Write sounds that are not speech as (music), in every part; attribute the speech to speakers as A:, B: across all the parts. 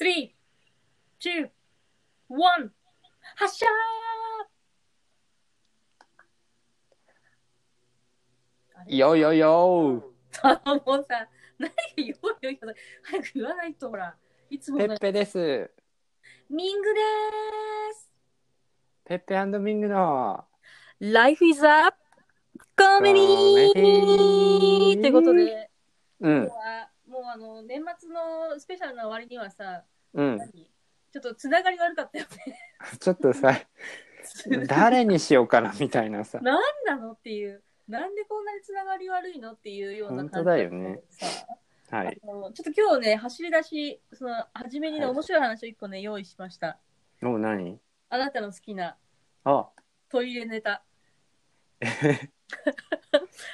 A: 3、2、1、発射あれ
B: よよよ
A: もうさ、何が言おうよ、言おうよ早く言わないと、ほら。いつも
B: ペ
A: の
B: ッペです。
A: ミングでーす。
B: ペッペミングの
A: Life is up! コメデ
B: コメディ
A: ィ
B: ー
A: ーってことで、
B: う
A: 今
B: ん
A: 日はもうあの、年末のスペシャルの割にはさ、
B: うん
A: 何ちょっとつながり悪かったよね。
B: ちょっとさ誰にしようかなみたいなさ
A: 何なのっていう、なんでこんなにつながり悪いのっていうような感
B: 本当
A: じ
B: だよね
A: さ
B: はい
A: あのちょっと今日ね、走り出し、その初めにね、
B: はい
A: 面白い話を一個ね、用意しました。
B: もう何
A: あなたの好きな
B: あ
A: トイレネタ。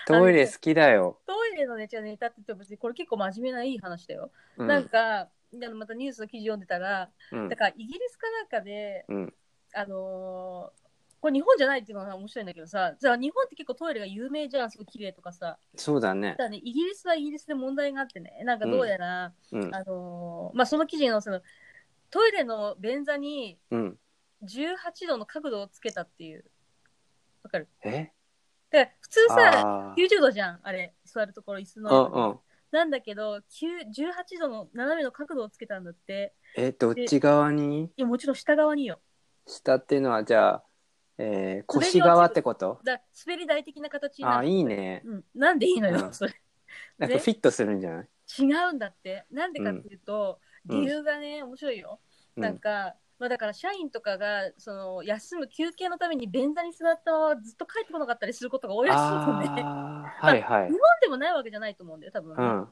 B: トイレ好きだよ
A: トイレのね、じゃあネタって言っても別にこれ結構真面目ないい話だよ。
B: う
A: なん
B: ん
A: か、あのまたニュースの記事読んでたら、
B: うん
A: だからイギリスかなんかで、
B: うん
A: あのーこれ日本じゃないっていうのが面白いんだけどさ、じゃあ日本って結構トイレが有名じゃん、すごい綺麗とかさ。
B: そうだね
A: ただね、イギリスはイギリスで問題があってね、なんかどうやら、
B: うん
A: あのーまあその記事のその、トイレの便座に
B: うん
A: 18度の角度をつけたっていう。わかる
B: え
A: で普通さ、
B: あー
A: 90度じゃん、あれ、座るところ、椅子
B: うん
A: の。
B: うん
A: なんだけど、9 18度の斜めの角度をつけたんだって。
B: えどっち側に
A: いや、もちろん下側によ。
B: 下っていうのはじゃあ、えー、腰側ってこと
A: だ滑り台的な形にな
B: あ
A: る。
B: いいね
A: うん、なんでいいのよ、
B: うん
A: それ。
B: なんかフィットするんじゃない、
A: 違うんだって。なんでかっていうと、
B: うん
A: 理由がね、面白いよ。
B: う
A: なん
B: ん、
A: か、まあだから社員とかが、その、休む休憩のために便座に座ったままずっと帰ってこなかったりすることが多いらしいのね。
B: あーはいはい
A: 日本でもないわけじゃないと思うんだよ、多分。
B: うん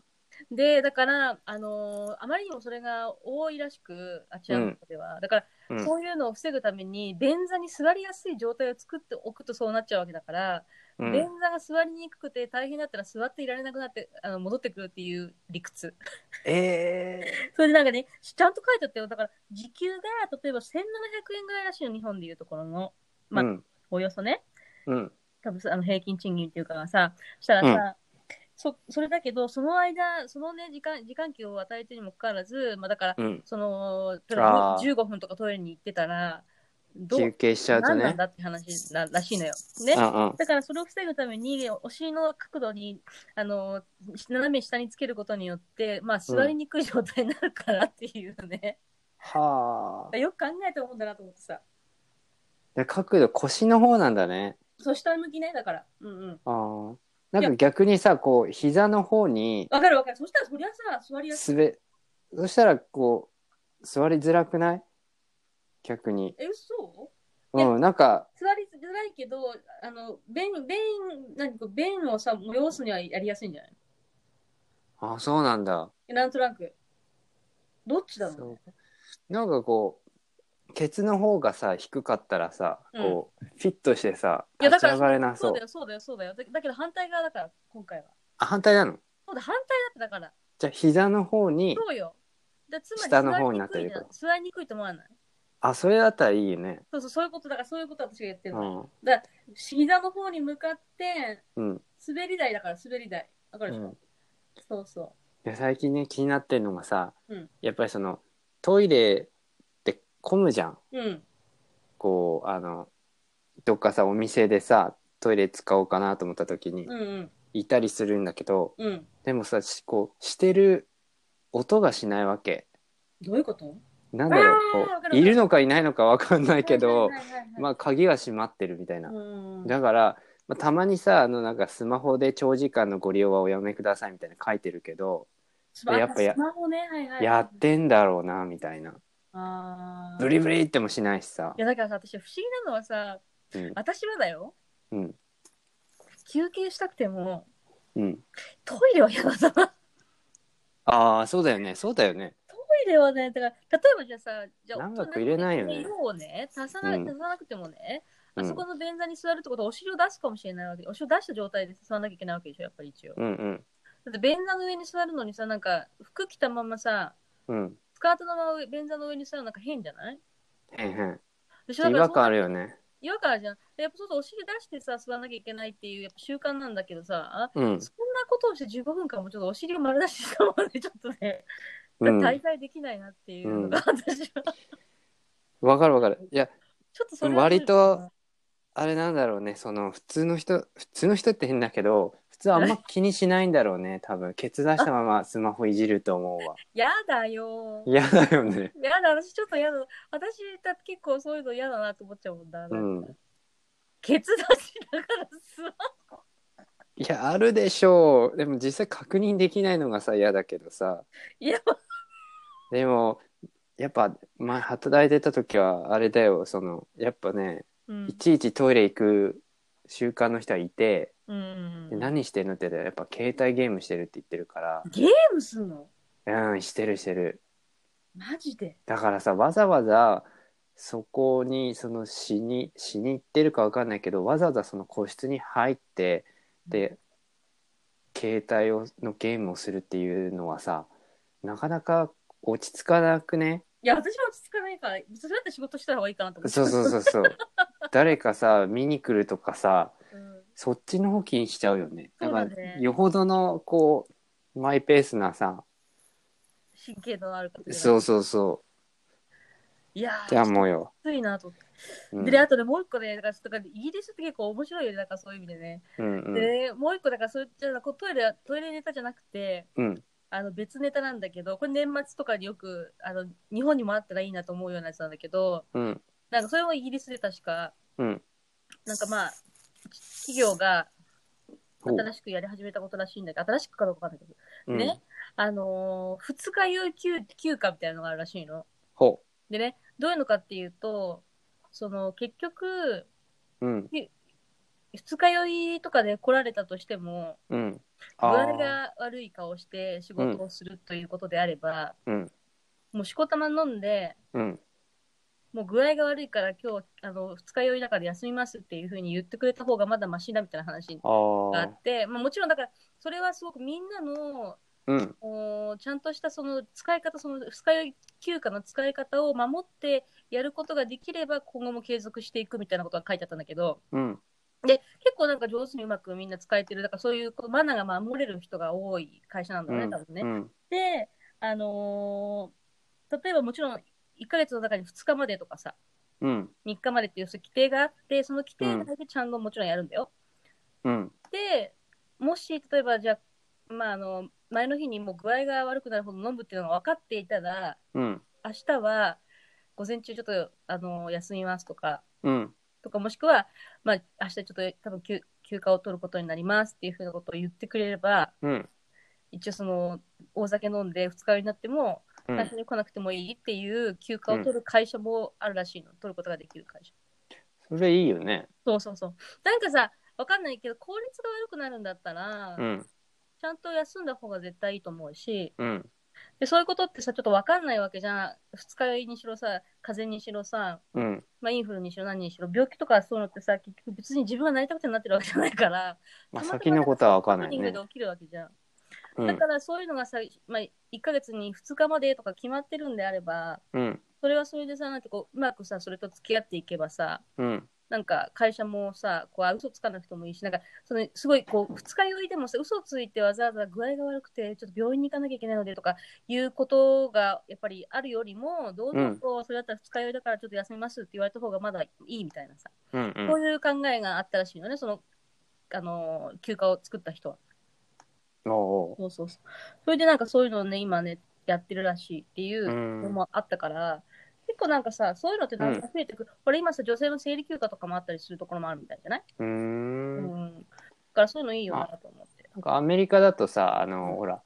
A: で、だから、あのーあまりにもそれが多いらしく、あちらの方では。だから、
B: うん
A: そういうのを防ぐために、便座に座りやすい状態を作っておくとそうなっちゃうわけだから、
B: うん
A: 便座が座りにくくて大変だったら座っていられなくなってあの戻ってくるっていう理屈。
B: え
A: それでなんかね、ちゃんと書いてあったよ。だから、時給が例えば1700円ぐらいらしいの、日本でいうところの、
B: ー、
A: まあ
B: うん
A: およそね。
B: うん
A: 多分さあの平均賃金っていうかさ、したらさ、そそれだけど、その間、そのね、時間、時間給を与えてにもかかわらず、まあだから、
B: うん
A: その、例え
B: あ
A: ば
B: ー
A: 15分とかトイレに行ってたら、ど
B: 休
A: う、
B: 憩しちゃうと
A: 何な
B: ね
A: んだって話ならしいのよ。ね。
B: うんうん
A: だからそれを防ぐためにお尻の角度にあの斜め下につけることによって、まあ、座りにくい状態になるからっていうね、
B: はあ。
A: よく考えてもんだなと思ってさ
B: で角度腰の方なんだね。
A: そう下向きねだからうんうん
B: ああ。なんか逆にさこう膝の方に
A: わかるわかるそしたらそりゃさ座りやすい
B: 滑そしたらこう座りづらくない逆に。
A: え嘘いや
B: うんなんか
A: 座りづらいけどあの便便何か便をさ催すにはやりやすいんじゃない
B: あそうなんだ。
A: えなんとなくどっちだろうね
B: そうなんかこうケツの方がさ低かったらさこう、フィットしてさ
A: いやだ
B: 立ち
A: から
B: 上がれな
A: そ
B: そうう
A: だ。よそうだよそうだよだだけど反対側だから今回は
B: あ反対なの。
A: そうだ反対だってだから
B: じゃあ膝の方に
A: そうよ。だつまり
B: 下の方になって
A: 座
B: る
A: りにくい
B: こ
A: な座りにくいと思わない。
B: あそれだったらいいよね。
A: そうそう、そういうことだから、そういうこと私が言ってる
B: う
A: の。
B: ん
A: 膝の方に向かって、
B: うん。
A: 滑り台だから、滑り台。わか
B: う
A: るでしょ、
B: ん
A: そうそ
B: で最近ね気になってるのがさ、
A: うん
B: やっぱりそのトイレって混むじゃん
A: う。うん。
B: こうあのどっかさお店でさトイレ使おうかなと思った時に
A: うんうん。
B: いたりするんだけど、
A: うん。
B: でもさしこうしてる音がしないわけ
A: どういうこと
B: なんだろう
A: あー
B: こ
A: わかるわか
B: う
A: る
B: いるのかいないのかわかんないけ
A: はいはい
B: ど、
A: はいはい
B: まあ鍵が閉まってるみたいな、
A: うんうん
B: だから、まあ、たまにさあのなんかスマホで長時間のご利用はおやめくださいみたいな書いてるけど、
A: スマ
B: やっぱや
A: スマホね、はいはい。
B: やってんだろうなみたいな
A: あー
B: ブリブリってもしないしさ
A: い。や、だからさ、私、不思議なのはさ、
B: うん
A: 私はだよ、
B: うん
A: 休憩したくても、
B: うん。
A: トイレは嫌だな。ト
B: ああ、そうだよね。そうだよね。
A: イレはね、だから、例えばじゃあさ、じゃあ、
B: 長く入れないよね
A: 色をね、足さな
B: うん
A: 足さなくてもね、
B: う
A: あ
B: ん
A: そこの便座に座るってことはお尻を出すかもしれないわけで、お尻を出した状態で座らなきゃいけないわけでしょ、やっぱり一応。だ
B: うんうん。
A: って便座の上に座るのにさ、なんか服着たままさ、
B: うん。
A: スカートのまま便座の上に座るのなんか変じゃない
B: へんへん。
A: でしょだ
B: 違
A: から
B: 和
A: そ
B: 感あるよね。
A: 違和感あるじゃん。でやっぱそうそうお尻出してさ、座らなきゃいけないっていうやっぱ習慣なんだけどさ、
B: うん。
A: そんなことをして15分間もちょっとお尻を丸出ししたままね、ちょっとね、
B: うん
A: 滞在できないなっていうのが、私は。
B: わかるわかるいや
A: ちょっとそれは
B: 割とあれなんだろうねその普通の人普通の人って変だけど普通あんま気にしないんだろう
A: (laughs)
B: ね多分ケツ出したままスマホいじると思うわ
A: 嫌だよ。
B: 嫌だ
A: (laughs)
B: よね
A: 嫌だ、私ちょっと嫌だ。私だって結構そういうの嫌だなと思っちゃうもんだ。
B: うん
A: ケツ出しながら座る
B: いやあるでしょうでも実際確認できないのがさ嫌だけどさ
A: いや、
B: でもやっぱ前働いてた時はあれだよそのやっぱね
A: うん
B: い。ちいちトイレ行く習慣の人はいて、
A: うん
B: で、何してんのって言ったらやっぱ携帯ゲームしてるって言ってるか
A: ゲームすんの
B: らうんしてるしてる
A: マジで。
B: だからさわざわざそこにその死に死に行ってるかわかんないけどわざわざその個室に入ってで携帯をのゲームをするっていうのはさなかなか落ち着かなくね
A: いや、私も落ち着かないから、それだって仕事した方がいいかなと思って。
B: そうそうそ
A: (laughs)
B: うそう誰かさ見に来るとかさ
A: うん
B: そっちの方気にしちゃうよねだから
A: そうだね
B: よほどのこうマイペースなさ
A: 神経のある方。
B: そうそうそ
A: いや
B: うじゃあ
A: ー、
B: もうよ、
A: ついなと思って。
B: うん、
A: で、あとね、もう一個ね、だからちょっとだからイギリスって結構面白いよね、だからそういう意味でね。
B: うんうん
A: で、もう一個、だからそういったのこうトイレ、トイレネタじゃなくて、
B: うん
A: あの別ネタなんだけど、これ年末とかによく、あの、日本にもあったらいいなと思うようなやつなんだけど、
B: うん
A: なんかそれもイギリスで確か、
B: うん
A: なんかまあ、企業が
B: ほう
A: 新しくやり始めたことらしいんだけど、新しくかどうかわかんないけど、
B: うん
A: ねあのー、2日有給休暇みたいなのがあるらしいの。
B: ほ
A: でね、どういうのかっていうと、その結局、
B: ううん
A: 二日酔いとかで来られたとしても、
B: うん。
A: 具
B: あ
A: 合
B: ー
A: が悪い顔して仕事をするということであれば、
B: うん
A: もうしこたま飲んで、
B: うん
A: もう具合が悪いから今日、あの、二日酔いだから休みますっていうふうに言ってくれた方がまだマシだみたいな話
B: あ
A: があ
B: ー
A: って、まあ、もちろんだから、それはすごくみんなの、
B: うん
A: おーちゃんとしたその使い方、その二日酔い休暇の使い方を守ってやることができれば今後も継続していくみたいなことが書いてあったんだけど、
B: うん
A: で、結構なんか上手にうまくみんな使えてる、だからそういうこうマナーが守れる人が多い会社なんだ
B: う
A: ね、
B: ん
A: 多分ね。
B: うん
A: で、あのー例えばもちろん1ヶ月の中に2日までとかさ、
B: うん
A: 3日までっていうそういう規定があって、その規定内でちゃんともちろんやるんだよ。
B: うん
A: で、もし例えばじゃあ、まああの、前の日にもう具合が悪くなるほど飲むっていうのが分かっていたら、
B: うん
A: 明日は午前中ちょっと、あの休みますとか、
B: うん
A: とかもしくは、まあ、明日ちょっと多分休休暇を取ることになりますっていうふうなことを言ってくれれば、
B: うん
A: 一応その、大酒飲んで二日酔いになっても、
B: う
A: 最
B: ん
A: 初に来なくてもいいっていう休暇を取る会社もあるらしいの。取ることができる会社。
B: それいいよね
A: そうそうそう。なんかさ、わかんないけど、効率が悪くなるんだったら、
B: うん
A: ちゃんと休んだ方が絶対いいと思うし、
B: うん
A: でそういうことってさ、ちょっとわかんないわけじゃん。二日酔いにしろさ、風邪にしろさ、
B: うん
A: まあ、インフルにしろ何にしろ、病気とかそういうのってさ、結局別に自分がなりたくてなってるわけじゃないから、たま
B: まあ
A: たま
B: 先のことはわかんな
A: ハプニ
B: い
A: ング
B: ね
A: で起きるわけじゃん。
B: う
A: だ
B: ん
A: からそういうのがさ、まあ、1ヶ月に2日までとか決まってるんであれば、
B: うん
A: それはそれでさ、なんてこう、うまくさ、それと付き合っていけばさ、
B: うん
A: なんか会社もさ、こう、あ嘘つかなくてもいいし、なんか、そのすごいこう、二日酔いでもさ、嘘ついてわざわざ具合が悪くて、ちょっと病院に行かなきゃいけないのでとかいうことがやっぱりあるよりも、堂々と、それだったら二日酔いだからちょっと休みますって言われた方がまだいいみたいなさ、
B: うんう
A: こ
B: ん
A: ういう考えがあったらしいのね、その、あの、休暇を作った人は。
B: おうお
A: そうそうそう。それでなんかそういうのをね、今ね、やってるらしいっていううの
B: ん
A: もあったから、結構なんかさ、そういうのってなんか増えてくる。これ今さ、女性の生理休暇とかもあったりするところもあるみたいじゃない、
B: うー
A: うんん、だからそういうのいいよなと思って。
B: なんかアメリカだとさあのほら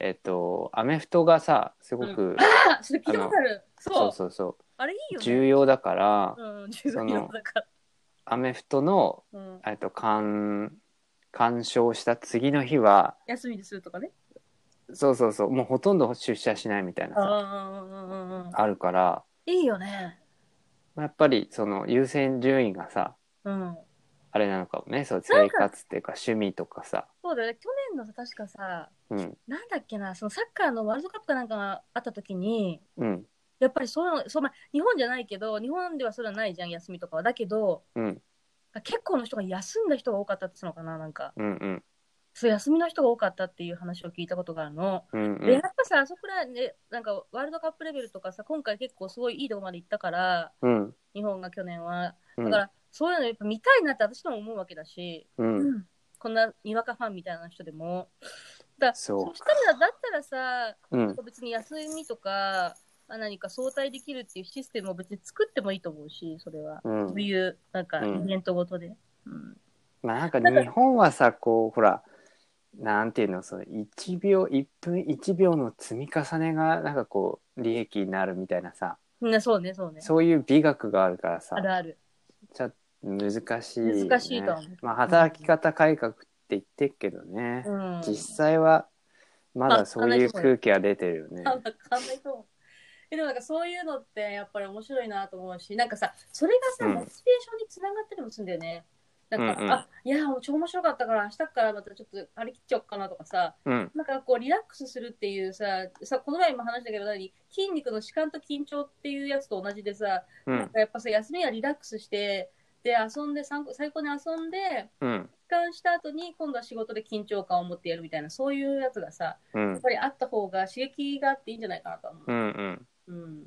B: えっとアメフトがさすごく
A: あ、それ聞いたことある。そう
B: そうそうそ
A: あれいいうよね。
B: 重要だから
A: うん、
B: そ
A: 重
B: の
A: 要だから。
B: アメフトの
A: うん、
B: えっと鑑鑑賞した次の日は
A: 休みにするとかね。
B: そうそうそうもうほとんど出社しないみたいな
A: あ
B: さ
A: あー、
B: あるから
A: いいよね。
B: まあやっぱりその優先順位がさ
A: うん。
B: あれなのかもねそう
A: なん
B: 生
A: か
B: 活っていうか趣味とかさ
A: そうだよね。去年のさ、確かさ、
B: うん
A: なんだっけな、そのサッカーのワールドカップかなんかがあったときに、
B: うん
A: やっぱりそういうの、そうまあ、日本じゃないけど、日本ではそれはないじゃん、休みとかは。だけど、
B: うん
A: 結構の人が休んだ人が多かったって言ってたのかな、なんか。
B: うんうん
A: そう休みの人が多かったっていう話を聞いたことがあるの。
B: うん
A: でやっぱさ、あそこらね、なんかワールドカップレベルとかさ、今回結構すごいいいとこまで行ったから、
B: うん
A: 日本が去年は。
B: うん
A: だから、そういうのやっぱ見たいなって私でも思うわけだし、
B: うん
A: うんこんなにわかファンみたいな人でも。だ
B: そう
A: したら、だったらさ、
B: うん
A: 別に休みとか、あ何か相対できるっていうシステムを別に作ってもいいと思うし、それは。
B: うん
A: そういう、なんか、
B: うん
A: イベントごとで。うん。
B: まあなんか日本はさこうほらなんていうのその1秒1分1秒の積み重ねがなんかこう利益になるみたいなさ
A: ねそうね、そうね。
B: そういう美学があるからさ
A: あるある。
B: ちょっと難しいよね、
A: 難しいとは思う
B: まあ働き方改革って言ってるけどね、
A: うん。
B: 実際はまだそういう
A: まあ
B: 空気が出てるよね
A: あわかんないと思う。えでもなんかそういうのってやっぱり面白いなと思うし、なんかさ、それがさ、
B: う
A: モ
B: ん
A: チベーションにつながったりもするんだよね。なんか、
B: うんうん
A: あいや、もう超面白かったから、明日からまたちょっと張り切っちゃおっかなとかさ、
B: うん
A: なんかこう、リラックスするっていうさ、さこの前も話したけど何、筋肉の弛緩と緊張っていうやつと同じでさ、
B: う
A: なん
B: ん
A: かやっぱさ、休みはリラックスして、で、遊んで、最高最高に遊んで、
B: うん
A: 帰還した後に、今度は仕事で緊張感を持ってやるみたいな、そういうやつがさ、
B: う
A: やっ
B: ん
A: ぱりあった方が刺激があっていいんじゃないかなと思う。
B: うんうん
A: うん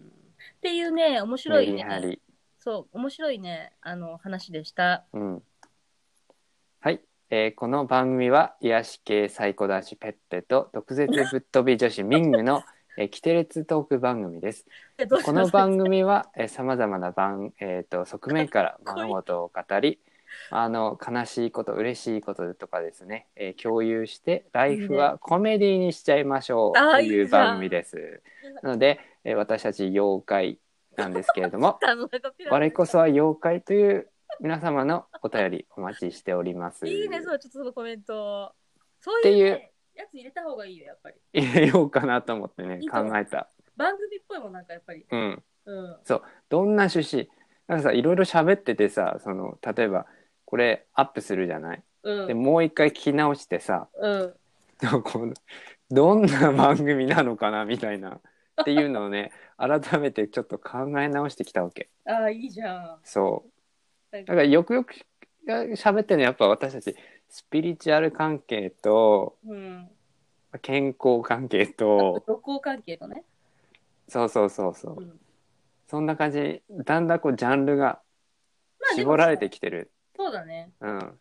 A: っていうね、面白
B: メ
A: い
B: リハ
A: ね、
B: リ
A: そう、面白いね、あの話でした。
B: うんはい、えーこの番組は癒し系サイコ男子ペッペと毒舌ぶっ飛び女子ミング
A: (laughs)
B: の、えー、キテレツトーク番組です
A: えどうし
B: こ
A: ま
B: の
A: した (laughs)
B: 番組はさまざまな番、えー、と側面から物事を語りあの悲しいこと嬉しいこととかですね、えー共有して「ライフはコメディにしちゃいましょう」
A: あ
B: と
A: ーいいじ
B: い
A: ゃん
B: う番組です。なので、えー私たち妖怪なんですけれども
A: あのなんかピラミッド
B: (laughs) 我こそは妖怪という皆様のお便りお待ちしております。
A: いいね、そう、ちょっとそのコメント。そう
B: って
A: いう,、
B: い
A: ね、
B: う
A: やつ入れた方がいいよ、やっぱり。
B: 入れようかなと思ってね
A: いいと思
B: 考
A: う
B: えた。
A: 番組っぽいもん、なんかやっぱり。
B: うん
A: うん。
B: どんな趣旨なんかさいろいろ喋っててさその例えばこれアップするじゃない
A: うん。
B: でもう一回聞き直してさ (laughs)
A: うん。
B: なんかこのどんな番組なのかなみたいなっていうの
A: (laughs)
B: をね改めてちょっと考え直してきたわけ
A: ああ、いいじゃん。
B: そうだ
A: なん
B: か
A: から
B: よくよく喋ってるのはやっぱ私たちスピリチュアル関係と
A: うん。
B: 健康関
A: (laughs)
B: 係と
A: 旅行関係のね。、
B: そうそうそうそううんそんな感じにだんだんこうジャンルが
A: まあでも
B: 絞られてきてる
A: そうだね。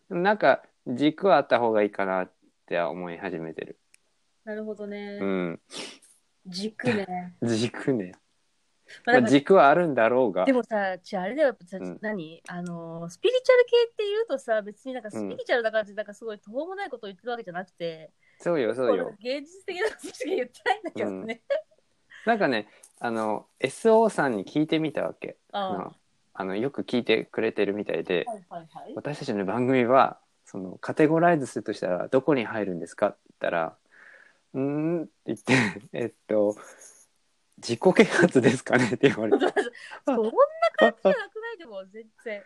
B: うん、なんか軸はあった方がいいかなって思い始めてる。
A: なるほどね。
B: うん、
A: 軸ね。
B: (laughs) 軸ね。
A: まあなん
B: ま
A: か
B: あ軸はあるんだろうが
A: で。もさ、ちあれだよ、やっぱさ
B: うん
A: 何あのー、スピリチュアル系って言うとさ、別になんかスピリチュアルだからって、なんかすごい途方もないことを言ってるわけじゃなくて、
B: そうよ、そう
A: これ
B: よ。
A: 芸術的なことしか言ってないんだけどね。
B: なんかね、あの S.O. さんに聞いてみたわけ。
A: (laughs)
B: あ
A: あ
B: のあのよく聞いてくれてるみたいで
A: あ、、はいはいはい。
B: 私たちの番組はそのカテゴライズするとしたらどこに入るんですかって言ったら、うーんって言って、えっと自己啓発ですかねって言
A: (laughs)
B: われ
A: そ
B: て。
A: んな感じじゃなくないでも、全然。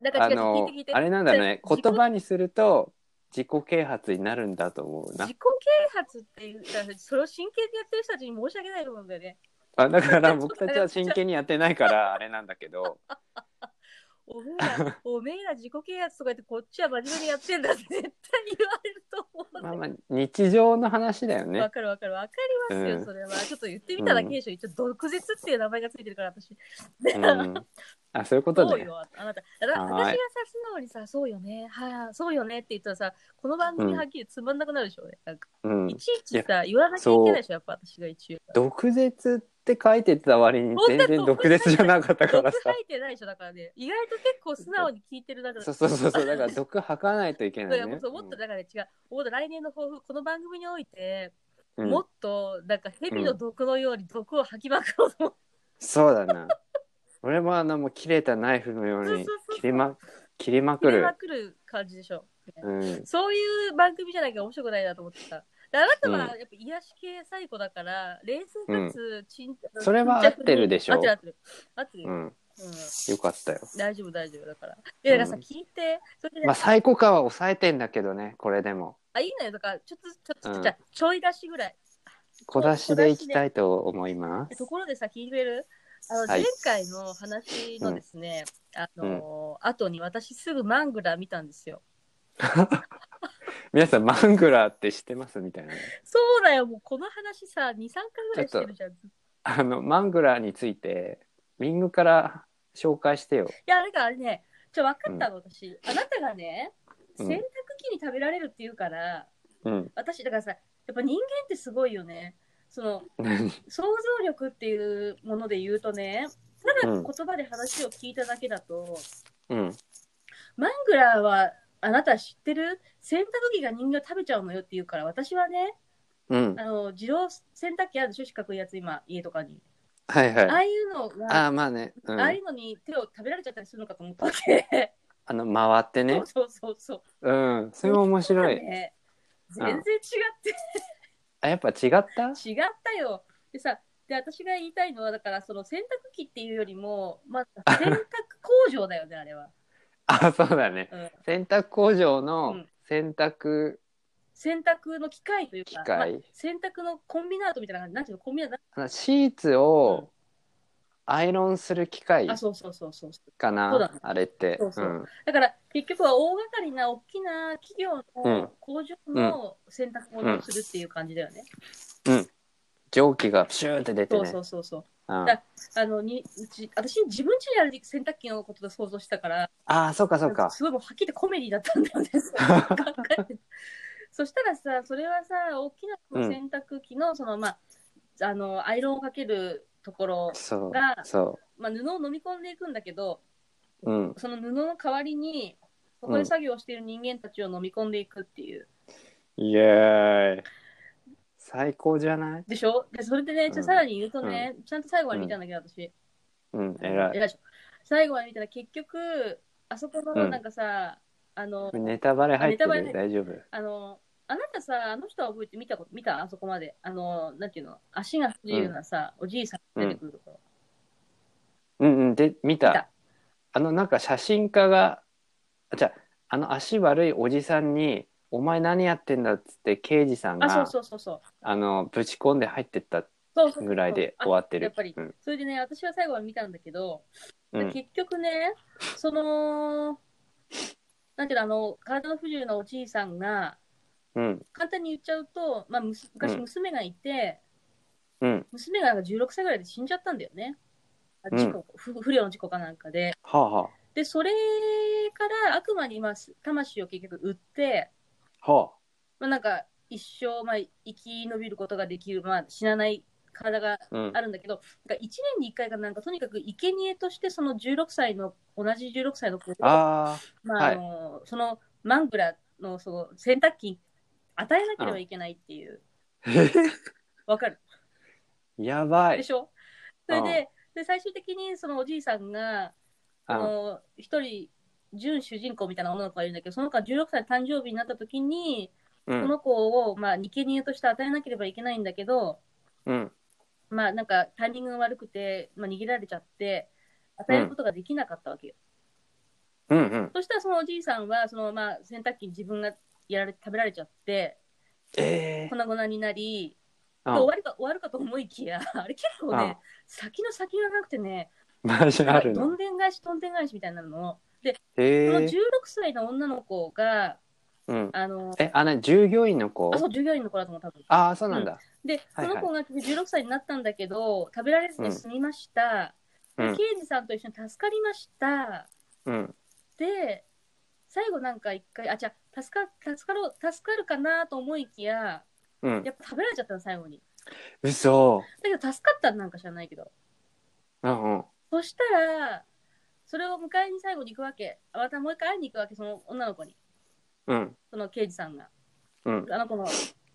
A: なんか
B: あ
A: 違う、聞
B: の
A: いて聞いて。
B: あれなんだろう
A: (laughs)
B: ね
A: 自己
B: 言葉にすると自己啓発になるんだと思うな
A: 自己啓発っていうか、それを真剣にやってる人たちに申し訳ないと思うんだよね。
B: あだから僕たちは真剣にやってないからあれなんだけ
A: (laughs)
B: ど
A: おめえ
B: (laughs)
A: ら、おめえら自己啓発とか言って、こっちは真面目にやってんだって絶対に言われると思うんだよ
B: まあまあ日常の話だよ
A: わ
B: ね
A: かるわかるわかりますよ、
B: うん
A: それは。ちょっと言ってみただけでしょ、一応、毒舌っていう名前がついてるから、私。
B: うんあそういうこと
A: そう
B: ね
A: よ、あなた。だから
B: はーい
A: 私がさ、素直にさ、そうよね、はい、そうよねって言ったらさ、この番組はっきりつまんなくなるでしょうね。なんか
B: うん
A: いちいちさ、言わなきゃいけないでしょ、やっぱ私が一応。
B: 毒舌って書いてた割に全然毒舌じゃなかったか
A: 毒
B: らさ
A: 吐いてないでしょ、だからね。 (laughs) 意外と結構素直に聞いてるだから。
B: そうそうそうそうだから毒吐かないといけ
A: だ
B: な
A: か
B: い
A: らも
B: ね
A: っともっとだからね違う、もっと来年の抱負、この番組において、
B: うん
A: もっとなんか蛇の毒のように毒を吐きまくろうと思って
B: そうだな俺もあのもう切れたナイフのよう
A: そうそう
B: に
A: そう
B: 切りま切りまく
A: 切れま
B: る
A: くる感じでしょ。
B: うん
A: そういう番組じゃないから面白くないなと思ってた。であなたは
B: う
A: やっぱ癒し系最後だから、冷静かつちん、
B: それは合ってるでしょ
A: 合ってる合ってる。合ってる
B: う
A: よ、
B: ん
A: うん
B: よかったよ
A: 大丈夫大丈夫だから。いやだからさ、聞いて、それで、
B: まあ最高感は抑えてんだけどねこれでも
A: あ、いいのよ。だから、ちょっとずつ、ちょっとず
B: うん
A: つ、じゃあちょい出しぐらい。
B: 小出しでいきたいと思いま
A: と
B: す。
A: ころでさ、聞いてくれるあの、
B: はい
A: 前回の話のですね、あのー後に私すぐマングラ見たんですよ。
B: 皆さんマングラーって知ってますみたいな
A: そうだよ、もうこの話さ、2、3回ぐらいしてるじゃん。い
B: あのマングラーについてウィングから紹介してよ
A: や、なんかあれね、ちょ、分かったの、私。あなたがね、
B: うん
A: 洗濯機に食べられるって言うから、
B: うん
A: 私、だからさ、やっぱ人間ってすごいよね。その、
B: 何
A: 想像力っていうもので言うとね、ただ言葉で話を聞いただけだと、
B: うん
A: マングラーはあなた知ってる洗濯機が人間を食べちゃうのよって言うから、私はね、
B: うん
A: あの自動洗濯機あるでしょ、四角いやつ、今、家とかに。
B: はい
A: あ
B: はい
A: あいうのが、
B: ああまあね、う
A: ああい
B: ん、
A: うのに手を食べられちゃったりするのかと思ったわけ。
B: あの回って
A: (laughs)
B: ね
A: そうそうそう。
B: うんそれも面白い
A: ね、
B: う
A: 全
B: ん
A: 然違って、
B: あやっぱ違った (laughs)
A: 違ったよ。でさ、で私が言いたいのは、だから、その洗濯機っていうよりも、まあ、洗濯工場だよね、あれは。
B: あそうだね
A: うん
B: 洗濯工場
A: う
B: の
A: ん
B: 洗濯、
A: 洗濯の機械というか、
B: 機械
A: まあ洗濯のコンビナートみたいな感じ、なんていうの、コンビナート、
B: あのシーツをアイロンする機械
A: あ、そうそうそうそうそう。
B: かな、
A: そうだね
B: あれって
A: そうそうんだから結局は大掛かりな大きな企業
B: うん
A: の工場の洗濯物をするっていう感じだよね。
B: 蒸気がプシューって出て
A: そう
B: ね
A: そうそうそう。
B: うん
A: だあのにうち私自分家にある洗濯機のことで想像したから、
B: ああそうかそうか
A: すごいもうはっきり言ってコメディだったんだ (laughs) よね。考えてそしたらさ、それはさ、大きな
B: うん
A: 洗濯機のその、まああのアイロンをかけるところ
B: そう
A: が
B: そ
A: まあ、布を飲み込んでいくんだけど
B: ううん
A: その布の代わりにそこで作業している人間たちを飲み込んでいくっていう、
B: イエーイ最高じゃない
A: でしょでそれでねち
B: う
A: ょ
B: ん
A: さらに言うとね、ちゃんと最後まで見たんだけど私、
B: うん偉い
A: でしょ最後まで見たら結局あそこ
B: う
A: の
B: ん
A: なんかさ、あの
B: ネタバレ入って
A: あネ
B: る
A: タバ
B: 大丈夫
A: あのあなたさあの人は覚えて見たこと見たあそこまであのなんていうの足が不自由なさ、おじいさんが出てくるところ、
B: うんうんで見た
A: 見た
B: あのなんか写真家があじゃああの足悪いおじさんに「お前何やってんだ」っつって刑事さん
A: あそう
B: が
A: そうそうそう
B: あのぶち込んで入ってった
A: そうそうそう
B: ぐらいで終わってる
A: あやっぱり
B: うん
A: それでね私は最後まで見たんだけど、
B: う
A: で
B: ん
A: 結局ね、その、なんていうの、あの、体の不自由なおじいさんが、
B: うん
A: 簡単に言っちゃうと、まあ、むす昔
B: うん
A: 娘がいて、
B: うん
A: 娘がなんか16歳ぐらいで死んじゃったんだよね。あ事故、不不良の事故かなんかで。
B: はあは
A: で、それから悪魔に、まあ、す魂を結局売って、
B: あは
A: まあ、なんか、一生、まあ、生き延びることができる、まあ、死なない体が
B: あうん
A: あるんだけど、なんか1年に1回かなんか、とにかく生贄として、その16歳の、同じ16歳の子を
B: あ
A: まああのそのマングラのその洗濯機に与えなければいけないっていう、
B: ー
A: わかる
B: やば
A: で
B: い
A: し
B: (laughs)
A: ょ、それでで最終的にそのおじいさんがそ
B: あ
A: の一人準主人公みたいな女の子がいるんだけどその子が16歳の誕生日になった時に、
B: う
A: こ
B: ん
A: の子をまあ生贄として与えなければいけないんだけど
B: うん
A: まあなんかタイミングが悪くて、まあ、逃げられちゃって与えることができなかったわけよ、
B: うんうん
A: そしたらそのおじいさんはそのまあ洗濯機に自分がやられ食べられちゃって
B: ええ
A: 粉々になり
B: あ
A: 終わるか終わるかと思いきや、あれ結構ね、先の先がなくてね、
B: マジ (laughs) ある
A: どん
B: の
A: でん返し、どんでん返しみたいなの。で、
B: え
A: その
B: え
A: 16歳の女の子が、
B: うん
A: あの、
B: えあの従業員の子
A: あ、そう、従業員の子だと思う、多分。
B: ああそうなんだ
A: で、そ
B: はいはい
A: の子が16歳になったんだけど、食べられずに済みました。
B: う
A: で
B: ん
A: 刑事さんと一緒に助かりました。
B: うん
A: で、最後なんか一回、あ、じゃあ助か、助かろう、助かるかなと思いきや、
B: うん
A: やっぱ食べられちゃったの、最後に。
B: 嘘
A: だけど、助かったのなんか知らないけど。
B: うんうん
A: そしたら、それを迎えに最後に行くわけ。またもう一回会いに行くわけ、その女の子に。
B: うん
A: その刑事さんが。
B: うん
A: あの子の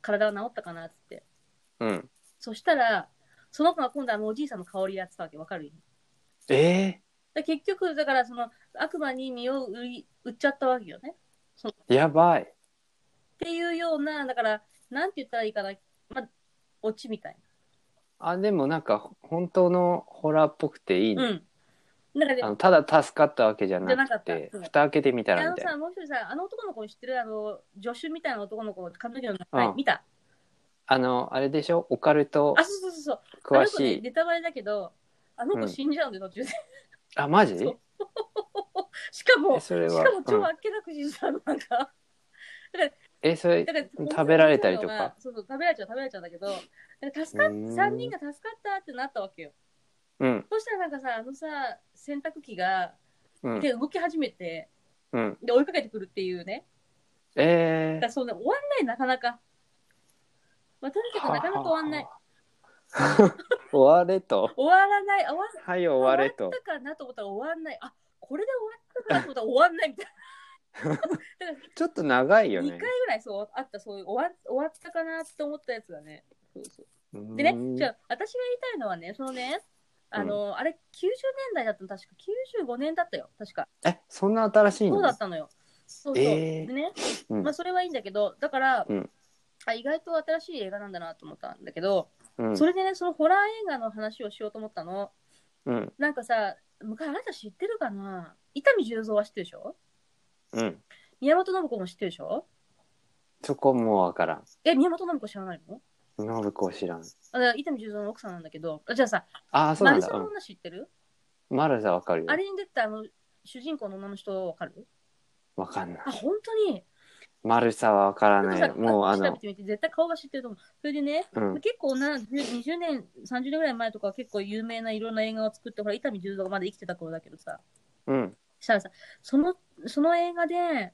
A: 体は治ったかなっつって。
B: うん
A: そしたら、その子が今度あのおじいさんの香りやってたわけ、わかる
B: ええ
A: で結局、だからその悪魔に身を売り売っちゃったわけよね。
B: やばい
A: っていうような、だから、なんて言ったらいいかな、まあ、オチみたい
B: あでもなんか本当のホラーっぽくていい
A: な。う
B: ね、
A: ん。だからね
B: あのただ助かったわけじゃなく
A: じゃな
B: て
A: かったうん
B: 蓋開けてみた
A: あ
B: らみ
A: の
B: たいな
A: さ、もう一人さ、あの男の子知ってる、あの、助手みたいな男の子、髪の毛の長
B: う
A: い、
B: ん
A: 見た。
B: あのあれでしょオカルト
A: あ、そうそうそうそう。
B: 詳
A: あの子
B: し
A: ね、
B: い
A: ネタバレだけど、あの
B: う
A: 子
B: ん
A: 死んじゃうんで、途中で。
B: あマジ
A: そうしかも、
B: え
A: し
B: それは
A: かも超
B: うん
A: あっけなく死んじゃうの、なんか。だから、
B: えそれ
A: だから
B: 食べられたりとか。
A: そうそう、食べられちゃう、食べられちゃうんだけど、なんか助かっ
B: うーん
A: 3人が助かったってなったわけよ。
B: うん
A: そしたらなんかさ、あのさ、洗濯機が、
B: うん
A: で、動き始めて、
B: うん
A: で、追いかけてくるっていうね。だ
B: え
A: からそんな終わんない、なかなか。まあ、とに
B: ー、
A: かくなかなか終わんない。
B: はは。終われと。
A: 終わらない、終わ
B: はい終われと
A: 終わ。ったかなと思ったら終わんない。あ、これで終わったかなと思ったら終わんないみたいな。
B: ちょっと長いよ
A: 2
B: ね
A: 回。ぐらいそうあった、そういう終わ終わったかなって思ったやつがね。そうそうで
B: うーん
A: ね、じゃあ私が言いたいのはね、そのね、あの、あれ90年代だったの、確か95年だったよ、確か。
B: えそんな新しいの
A: そうだったのよ。そうそう。
B: えー
A: でね、
B: うん
A: まあそれはいいんだけど、だから、
B: うん
A: あ意外と新しい映画なんだなと思ったんだけど、
B: うん
A: それでね、そのホラー映画の話をしようと思ったの。
B: うん
A: なんかさ、昔あなた知ってるかな伊丹十三は知ってるでしょ
B: うん
A: 宮本信子も知ってるでしょ
B: そこもうわからん。
A: え、宮本信子知らないの
B: 信子知らん。
A: あだから伊丹十三の奥さんなんだけど、あじゃあさ、
B: ああそう
A: マ
B: なん
A: ル
B: だ。
A: サ
B: う
A: の
B: ん
A: 女知ってる、
B: マルサわかるよ
A: あ。れに出てたあの主人公の女の人わかる
B: わかんない。
A: あ、本当に
B: マルサはわから
A: ちょっと
B: な
A: さ
B: い。もうあ
A: 調べ
B: の
A: てみて、絶対顔が知ってると思う。それでね、
B: うん
A: 結構な、10 20年、30年ぐらい前とかは結構有名ないろんな映画を作って、ほら、伊丹十三がまだ生きてた頃だけどさ、
B: うん
A: したらさ、その、その映画で、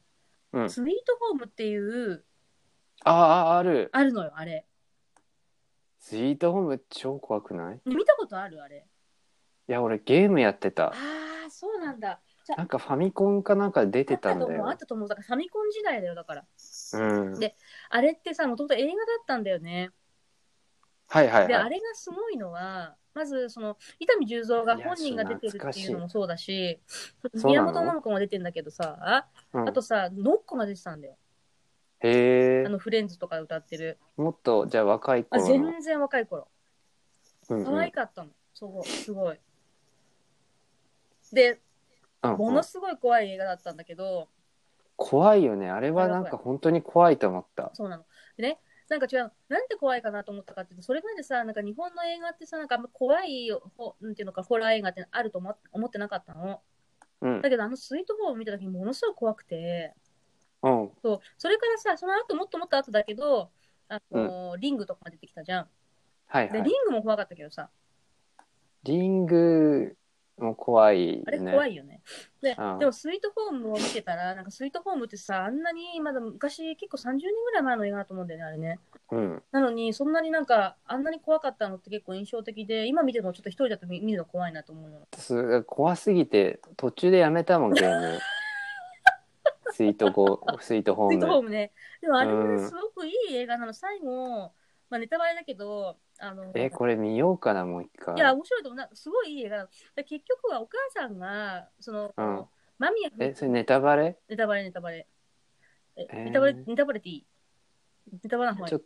B: うん
A: スイートホームっていう、
B: あああある。
A: あるのよ、あれ。
B: スイートホーム超怖くない？
A: 見たことあるあれ。
B: いや俺ゲームやってた。
A: ああ、そうなんだ。
B: なんかファミコンかなんかで出
A: あ
B: てたんだ
A: あ
B: よ
A: っ。たと思う。だからファミコン時代だよ、だから。
B: うん。
A: であれってさ、もともと映画だったんだよね。
B: はいはい
A: で、
B: は
A: あ
B: い。
A: れがすごいのは、まず、その、伊丹十三が本人が出てるっていうのもそうだし、
B: そう
A: 宮
B: なの
A: 本信子も出てんだけどさ、
B: うん
A: あとさ、ノッコが出てたんだよ。
B: へ
A: あ
B: え。
A: の、フレンズとか歌ってる。
B: もっとじゃあ若い
A: あ、
B: 頃の。
A: 全然若い頃。
B: うんうん
A: 可愛かったの。そう、すごい。で、
B: うんうん
A: ものすごい怖い映画だったんだけど、
B: 怖いよね。あれはなんか本当に怖いと思った。
A: そうなの。でね、なんか違うの、なんで怖いかなと思ったかっていうと、それまでさ、なんか日本の映画ってさ、なんかあんま怖いほ、なんていうのか、ホラー映画ってあると思っ思ってなかったの。
B: うん
A: だけど、あのスイートホーム見た時にものすごく怖くて、
B: うん
A: そう、それからさ、その後もっともっと後だけど、あのーリングとか出てきたじゃん。
B: はい
A: で、
B: は
A: リ
B: い。
A: ングも怖かったけどさ、
B: リングも怖いね。
A: あれ怖いよね。で
B: うん、
A: でもスイートホームを見てたら、なんかスイートホームってさ、あんなに、まだ昔結構30年ぐらい前の映画だと思うんだよね、あれね。
B: うん。
A: なのに、そんなになんか、あんなに怖かったのって結構印象的で、今見てもちょっと一人だと見見るの怖いなと思うの。
B: す怖すぎて途中でやめたもんゲ
A: (laughs)
B: ーム。スイートゴスイートホ
A: スイ
B: ー
A: ートホー
B: ム。
A: ムね。でもあれも
B: う
A: ね、
B: ん
A: すごくいい映画なの。最後、まあネタバレだけど、あの、
B: えこれ見ようかなもう一回。
A: いや、面白いと思うな。すごいいい映画なの。で結局はお母さんが、その、
B: うん
A: マミヤ
B: えそれネタバレ？
A: ネタバレ、ネタバレ。え
B: えー
A: ネタバレ、ネタバレっていいネタバレの方がい
B: ちょ
A: い
B: っ。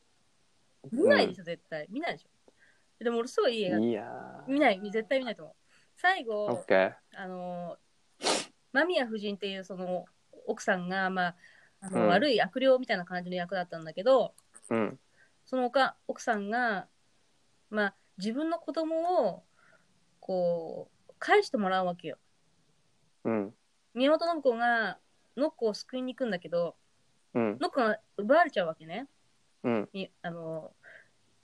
A: 見ないでしょ、絶対。見ないでしょ。でも俺、すごいいい映画。
B: いやー。
A: 見ない、絶対見ないと思う。最後、
B: オッケー。
A: あの間宮夫人っていうその奥さんが、まああの
B: うん
A: 悪い悪霊みたいな感じの役だったんだけど
B: うん
A: そのおか奥さんが、まあ、自分の子供をこう返してもらうわけよ。
B: うん
A: 宮本信子がノックを救いに行くんだけど
B: うん
A: ノックが奪われちゃうわけね
B: うん
A: いあの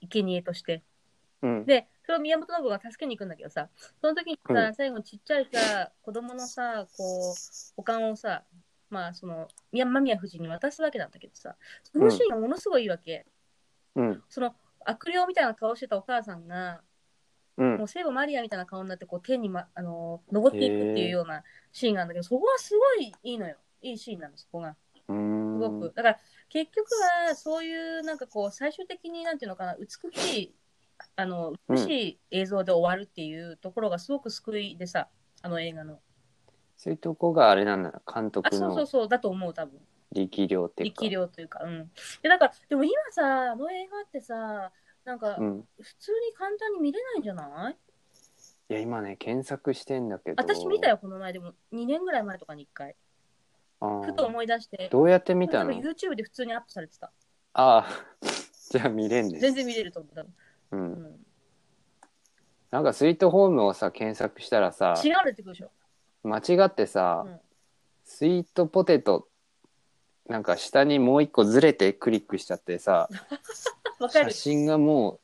A: 生贄として。
B: うん。
A: でそれを宮本信子が助けに行くんだけどさその時にさ、
B: うん
A: 最後ちっちゃいさ子供のさこうお棺をさまあその宮間宮夫人に渡すわけなんだけどさそのシーンがものすごいいいわけ、
B: うん
A: その悪霊みたいな顔してたお母さんが
B: うん
A: もう聖母マリアみたいな顔になってこう天に、ま、あの登っていくっていうようなシーンがあるんだけどそこはすごいいいのよいいシーンなのそこがす
B: うーん
A: ごく、だから結局はそういうなんかこう最終的になんていうのかな美しいあの
B: うん
A: 美しい映像で終わるっていうところがすごく救いでさあの映画の
B: そういうとこがあれなんだな監
A: あ
B: 督
A: そうそう
B: の
A: そうだと思う多分
B: 力量っていうか。
A: 力量というかうんでだからでも今さあの映画ってさなんか
B: うん。
A: 普通に簡単に見れないんじゃない、
B: いや今ね検索してんだけど。
A: 私見たよこの前でも2年ぐらい前とかに1回
B: あー。
A: ふと思い出して
B: どうやって見たの
A: 多分 YouTube で普通にアップされてた
B: ああ (laughs) じゃあ見れんね。
A: 全然見れると思う多分、
B: う。
A: うんん、
B: なんかスイートホームをさ検索したらさ
A: 違うの出てくるでしょ、
B: 間違って
A: う
B: さ、
A: ん、
B: スイートポテトなんか下にもう一個ずれてクリックしちゃってさ
A: (laughs) わか
B: 写
A: る。
B: 真がもう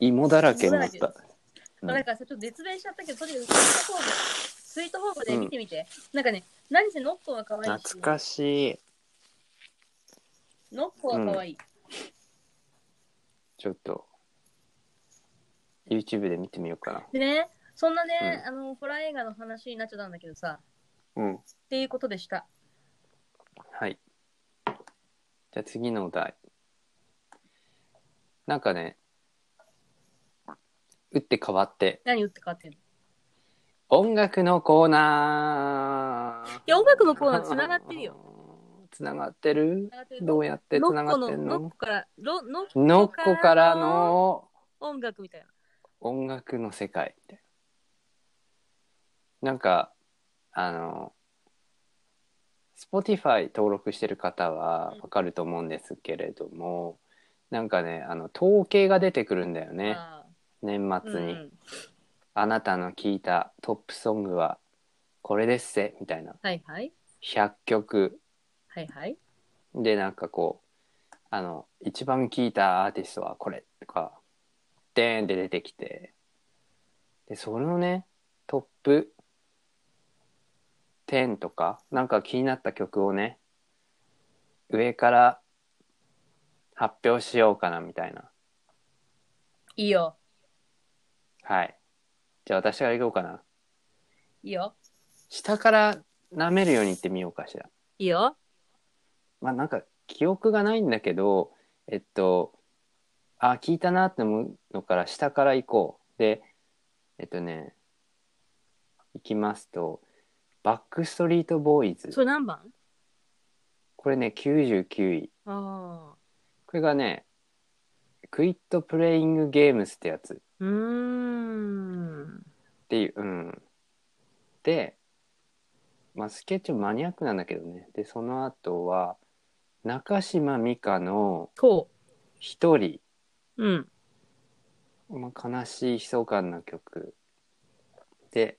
B: 芋だらけになっ
A: 芋だ
B: た、うん
A: まあなんかさ、ちょっと熱弁しちゃったけど、とにかくスイートホーム、スイートホームで見てみて。なんかね、何せノッコは可愛いし、
B: 懐かしい
A: ノッコは可愛い。
B: ちょっと YouTube で見てみようか
A: でね、そんなね、あの、ホラー映画の話になっちゃったんだけどさ、
B: なうん
A: っていうことでした。
B: はい。じゃあ次のお題。なんかね、打って変わって、
A: 何打って変わってる
B: 音楽のコーナー。い
A: や音楽のコーナー繋がってる
B: (laughs)
A: よ。
B: つながってるど
A: の
B: うやってつながってん
A: のっ
B: の
A: こから、ロのっ
B: のっこからの
A: 音楽みたいな。
B: 音楽の世界みたいな。なんか、あの、Spotify 登録してる方はわかると思うんですけれども、なんかね、あの、統計が出てくるんだよね。
A: あ
B: 年
A: ー
B: 末に。
A: うんうん
B: あなたの聴いたトップソングはこれですぜ、みたいな。
A: はいはい。
B: 100曲
A: はいはい。
B: でなんかこう、あの、一番聴いたアーティストはこれとか、でーんって出てきて、で、そのね、トップ10とか、なんか気になった曲をね、上から発表しようかなみたいな。
A: いいよ。
B: はい。じゃあ私からいこうかな。
A: いいよ。
B: 下から舐めるように言ってみようかしら。
A: いいよ。
B: まあなんか記憶がないんだけど、えっと、あ、聞いたなって思うのから下から行こう。で、えっとね、行きますと、バックストリートボーイ
A: そ
B: ズ。
A: れ何番
B: これね、99位。
A: ああ。
B: これがね、クイットプレイングゲームスってやつ。
A: うーん。
B: っていう、うん。で、まあ、スケッチもマニアックなんだけどね。で、その後は、中島美嘉の
A: こ
B: 一人、
A: う。うん。
B: まあ、悲しい密かな曲。で、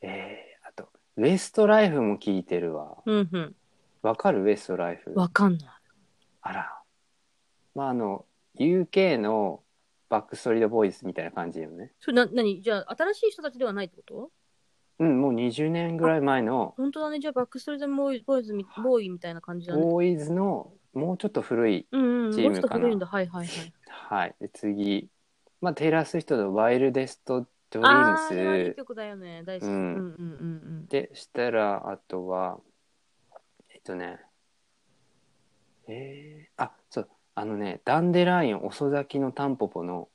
B: えー、あと、ウエストライフも聴いてるわ。
A: うんうん。
B: わかるウエストライフ。
A: わかんない。
B: あら。まあ、あの、UK のバックストリートボーイズみたいな感じよね。
A: それな、なにじゃあ、新しい人たちではないってこと
B: うん、もう20年ぐらい前の、
A: 本当だね。じゃあ、バックストリートボーイズ、ボーイズ
B: (gasps)
A: みボーイみたいな感じだね。
B: ボーイズの、もうちょっと古い
A: うんうん。もう
B: チ
A: ち
B: ー
A: ょっ
B: ム
A: と
B: かな
A: 古いんだ。はいはいはい。
B: はい。で、次。まあ、テイラー・スウィフトのワイルデスト・ドリ
A: ああ、あれ
B: ー
A: はい
B: ム
A: い曲だよね。大好き。
B: う
A: うんんうんうん
B: ス。で、したら、あとは、えっとね、えー、あ、そう、あのね、ダンデライン遅咲きのタンポポの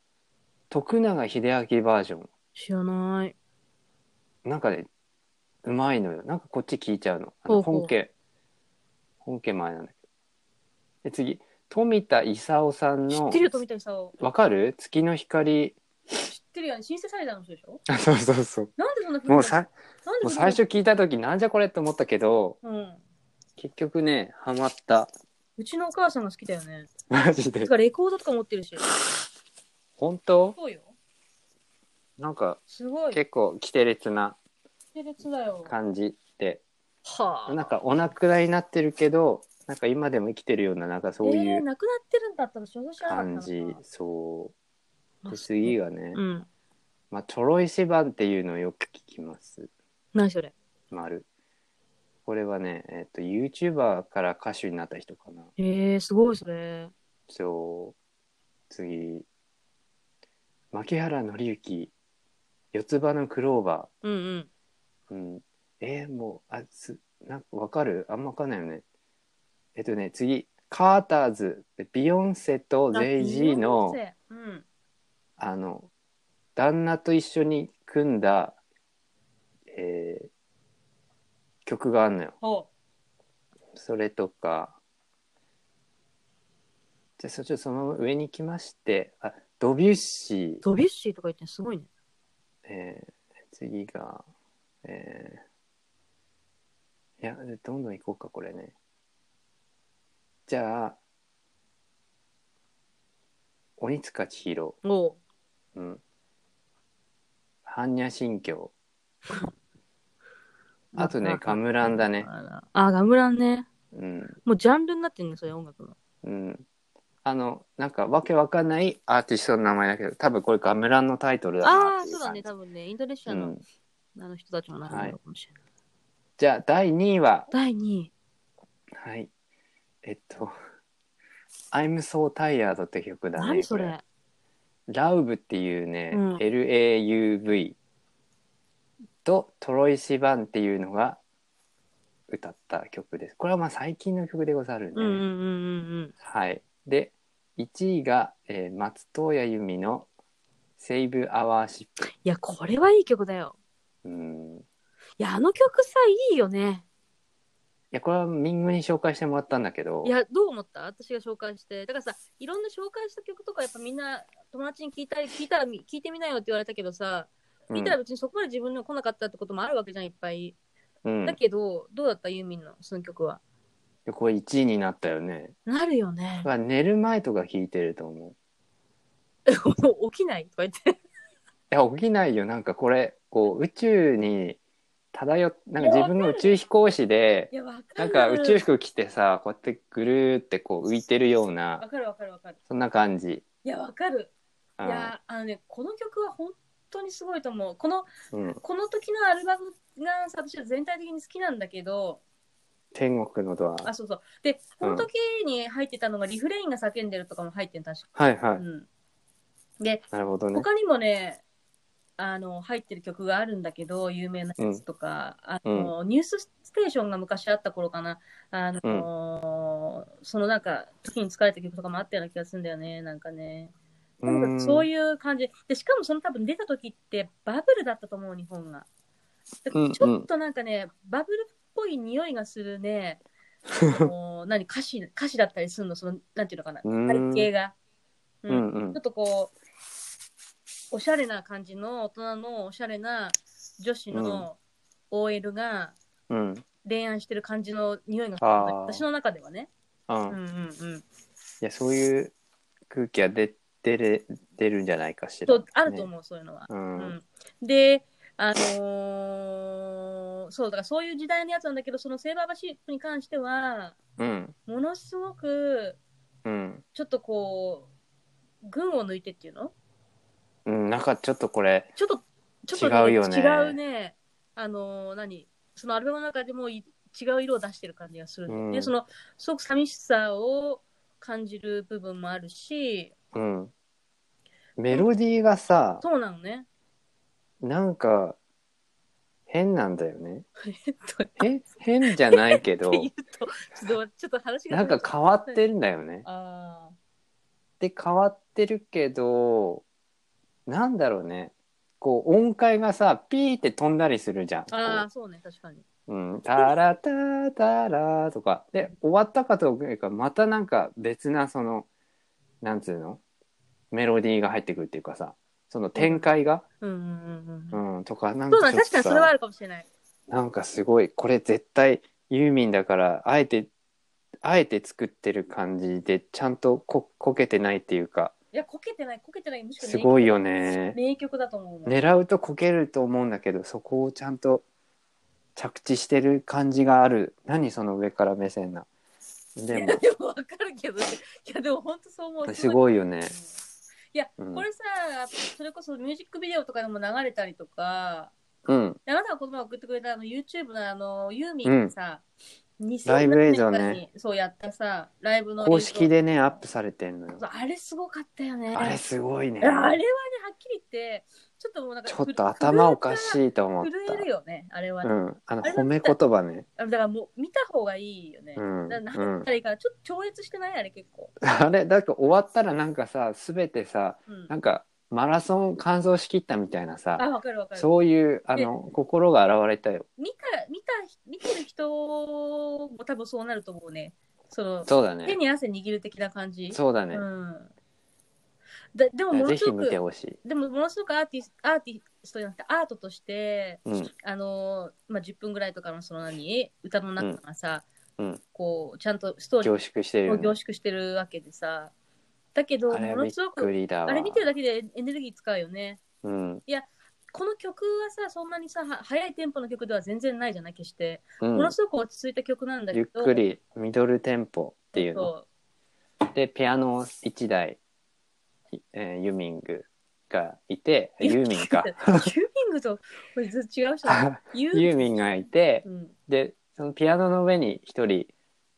B: 徳永英明バージョン。
A: 知らない。
B: なんかね、うまいのよ。なんかこっち聞いちゃうの。あの
A: ほうほう
B: 本家、本家前なんだけど。で、次、富田勲さん
A: 知っ
B: の
A: て、るよ、富田さん。
B: わかる月の光。
A: 知ってるよね。シンセサイザーの人でしょ
B: あそうそうそう。
A: なんでそんな古いの
B: もうさ、
A: なんで
B: もう
A: そんな
B: 最
A: 古い
B: 初聞いた時なんじゃこれって思ったけど
A: のうん。
B: 結局ねハマった
A: うちのお母さんが好きだよね。
B: マジで
A: てか、レコードとか持ってるし。
B: 本当
A: そうよ。
B: なんか
A: すごい。
B: 結構キテレツな
A: 系列だよ。
B: 感じで
A: はあ。
B: なんかお亡くなりになってるけどなんか今でも生きてるようななんかそうい
A: えー、
B: う
A: なくなってるんだったら、想像しなかった
B: 感
A: な
B: じ、そうで
A: あ
B: 次がね、
A: うん。
B: まあ、トロイシバンっていうのをよく聞きます
A: 何それ。
B: 丸これはねえっ、と YouTuber から歌手になった人かな
A: えー、すごいそれ。
B: そう次牧原紀之四つ葉のクローバ
A: うんうん。
B: ー、うん、えーもうあすなんかわかるあんまわかんないよねえっとね次カーターズでビヨンセとゼイジーの
A: ビヨンセうん。
B: あの旦那と一緒に組んだ、えー曲があんのよ
A: ほ
B: それとかじゃあそっちそのまま上に来ましてあドビュッシー
A: う。ドビュッシーとか言ってすごいね。
B: えー次が、えーいや、どんどん行こうか、これね。じゃあ、鬼塚千尋、
A: おう。
B: うん。般若心経。あとね、ガムランだね。
A: あらあ、ガムランね。
B: うん
A: もうジャンルになってるね、それ音楽の。
B: うんあのなんかわけわかんないアーティストの名前だけど多分これガムランのタイトルだ
A: あ
B: な
A: あー、そうだね、多分ね、インドネシア
B: う
A: の,、
B: ん、
A: あの人たちもなるのかもしれない。
B: じゃあ第2位は
A: 第2位。
B: はいえっと「I'm so tired」って曲だね
A: 何そ
B: こ
A: れ
B: ラウブっていうね、
A: うん
B: LAUV とトロイ・シバンっていうのが歌った曲です。これはまあ最近の曲でござるね。
A: うんうんうんうんうん。
B: はい。で、1位が、えー松任谷由実の Save Our
A: い
B: Ship。
A: や、これはいい曲だよ。
B: うん。い
A: いや、あの曲さ、いいよね。
B: や、これはミングに紹介してもらったんだけど
A: い、や、どう思った私が紹介して。だからさ、いろんな紹介した曲とか、やっぱみんな友達に聞いたり、聞いたらみ、聞いてみなよって言われたけどさ、
B: う
A: 聞い
B: ん
A: たら別にそこまで自分の来なかったってこともあるわけじゃん、いっぱい。
B: うん、
A: だけど、どうだったユーミンの、その曲は。
B: でこれ1位になったよね。
A: なるよね (laughs)
B: こ。れは寝る前とか聴いてると思う。
A: もう起きないとか言
B: (laughs)
A: って。
B: いや起きないよなんかこれこう宇宙に漂っなんか自分の宇宙飛行士で
A: いや、わか
B: なん
A: る。
B: か宇宙服着てさこうやってぐるーってこう浮いてるよう
A: わ
B: な
A: かるわかるわかる。
B: そんな感じ。
A: いや、わかる。
B: う
A: い
B: ん
A: や、あのね、この曲は本当にすごいと思う。この、
B: うん、
A: この時のアルバムがさ私は全体的に好きなんだけど、
B: 天国のドア。
A: あ、そうそう。で、この時に入ってたのが、リフレインが叫んでるとかも入ってん、確か。
B: はいは
A: う
B: い。
A: ん。
B: なるほどね。
A: 他にもね、あの、入ってる曲があるんだけど、有名なやつとか、あの、ニュースステーションが昔あった頃かな、あの、そのなんか、時に疲れた曲とかもあったような気がするんだよね、なんかね。とにかくそう
B: う
A: いう感じ。で、しかもその多分出た時ってバブルだったと思う、日本が。だか
B: うんう
A: ら
B: ん
A: ちょっとなんかね、バブルっぽい匂いがするね、あ
B: (laughs)
A: の何歌詞、歌詞だったりするの、その、なんていうのかな、
B: うん
A: 背景が。
B: ん。うんうん
A: ちょっとこう、おしゃれな感じの、大人のおしゃれな女子
B: うん
A: の OL が
B: うん
A: 恋愛してる感じの匂いが、
B: あー
A: 私の中ではね。
B: う
A: うん
B: ん。い
A: うんうん。
B: やそういう空気が出出る出るんじゃないかしら
A: と。あると
B: ね
A: 思う、そういうのは。
B: う。
A: うんん、で、あのーそう、だからそういう時代のやつなんだけど、そのセーバーバシップに関しては、
B: うん。
A: ものすごく、
B: うん。
A: ちょっとこう、群を抜いてっていうの
B: うん。なんかちょっとこれ。
A: ちょっと、ちょっと、
B: 違うよね
A: 違うねあのー、何そのアルバムの中でもい違う色を出してる感じがするんだよね、
B: うん
A: その、すごく寂しさを感じる部分もあるし、
B: うん。メロディーがさ、
A: そうなのね。
B: なんか変なんだよね。
A: (laughs) えっと、
B: へ変じゃないけ (laughs)
A: (laughs)
B: ど
A: って言うと、ちょっと、ちょっと話が。
B: なんか変わってるんだよね。
A: あ
B: で変わってるけどなんだろうねこう音階がさピーって飛んだりするじゃん。
A: あ、ああ、そうね、確かに。
B: こううん、タラタタラとかで終わったかというかまたなんか別なそのなんつうのメロディーが入ってくるっていうかさその展開が、
A: うんうんうん
B: う
A: うん。
B: んとかなん
A: そう
B: か
A: だ
B: ち
A: ね、
B: ょ
A: 確
B: っ
A: か
B: と
A: にそれはあ
B: さ
A: るかもしれない。
B: なんかすごいこれ絶対ユーミンだからあえてあえて作ってる感じでちゃんとここけてないっていうか
A: いや、こけてない、こけてない、むしろ
B: すごいよ
A: 名
B: ね
A: 曲。。名曲だと思うもん。
B: 狙うとこけると思うんだけどそこをちゃんと着地してる感じがある何その上から目線なで
A: い
B: も
A: やでもわかるけど、いや、でも本当そう思う。
B: すごいよね
A: いや、
B: うん
A: これさ、それこそミュージックビデオとかでも流れたりとか、
B: うん
A: であなたが言葉を送ってくれたあの YouTube のあのユーミンがさ、2000
B: ライブ映像ね
A: 年間にそうやったさ、ライブの映像
B: 公式でねアップされてんのよ
A: そうあれすごかったよね。
B: あれすごいね
A: いやあれはね、はっきり言って、ちょっともうなんか、
B: ちょっと頭おか
A: い。
B: しいと思っ
A: 震えるよね、あれは
B: た
A: ね、
B: うんあの褒め言葉ね
A: あのだからもう見た方がいいよね。
B: うん
A: だからなんだったらいいから、ちょっと超越してないあれ結構。
B: (laughs) あれだから終わったらなんかさ全てさ
A: うん
B: なんかマラソン完走しきったみたいなさ
A: あ、わかるわかる。
B: そういうあの心が現れたよ
A: 見た、見た、見てる人も多分そうなると思うね。その、
B: そうだ
A: 手
B: ね
A: に汗握る的な感じ。
B: そうだ
A: う
B: ね
A: ん。だでも、もの
B: ぜ
A: す
B: ひ
A: ご
B: 見て
A: く、
B: ほしい
A: でも、ものすごくアーティスアーティストじゃなくて、アートとして、
B: うん
A: あのーまあ、10分ぐらいとかのその何、歌の中がさ、
B: うんうん
A: こう、ちゃんとストーリ
B: 凝縮してる
A: ー
B: よ
A: を
B: ね
A: 凝縮してるわけでさ、だけど、
B: あれ
A: も
B: はび
A: の
B: っ
A: すご
B: く
A: く、
B: りだわ
A: あれ見てるだけでエネルギー使うよね。
B: うん
A: この曲はさ、そんなにさ、は速いテンポの曲では全然ないじゃない、決して。
B: う
A: も
B: ん
A: の、すごく落ち着いた曲なんだ
B: ゆ
A: け
B: っ
A: ど、
B: くりミドルテンポっていうの
A: そ
B: でピアノ1台、いえーユーミングがいて
A: う
B: ユーミンか
A: (laughs) ユーミングと、これずっと違う人だユ
B: ユーミンがいて
A: うん、
B: でそのピアノの上に一人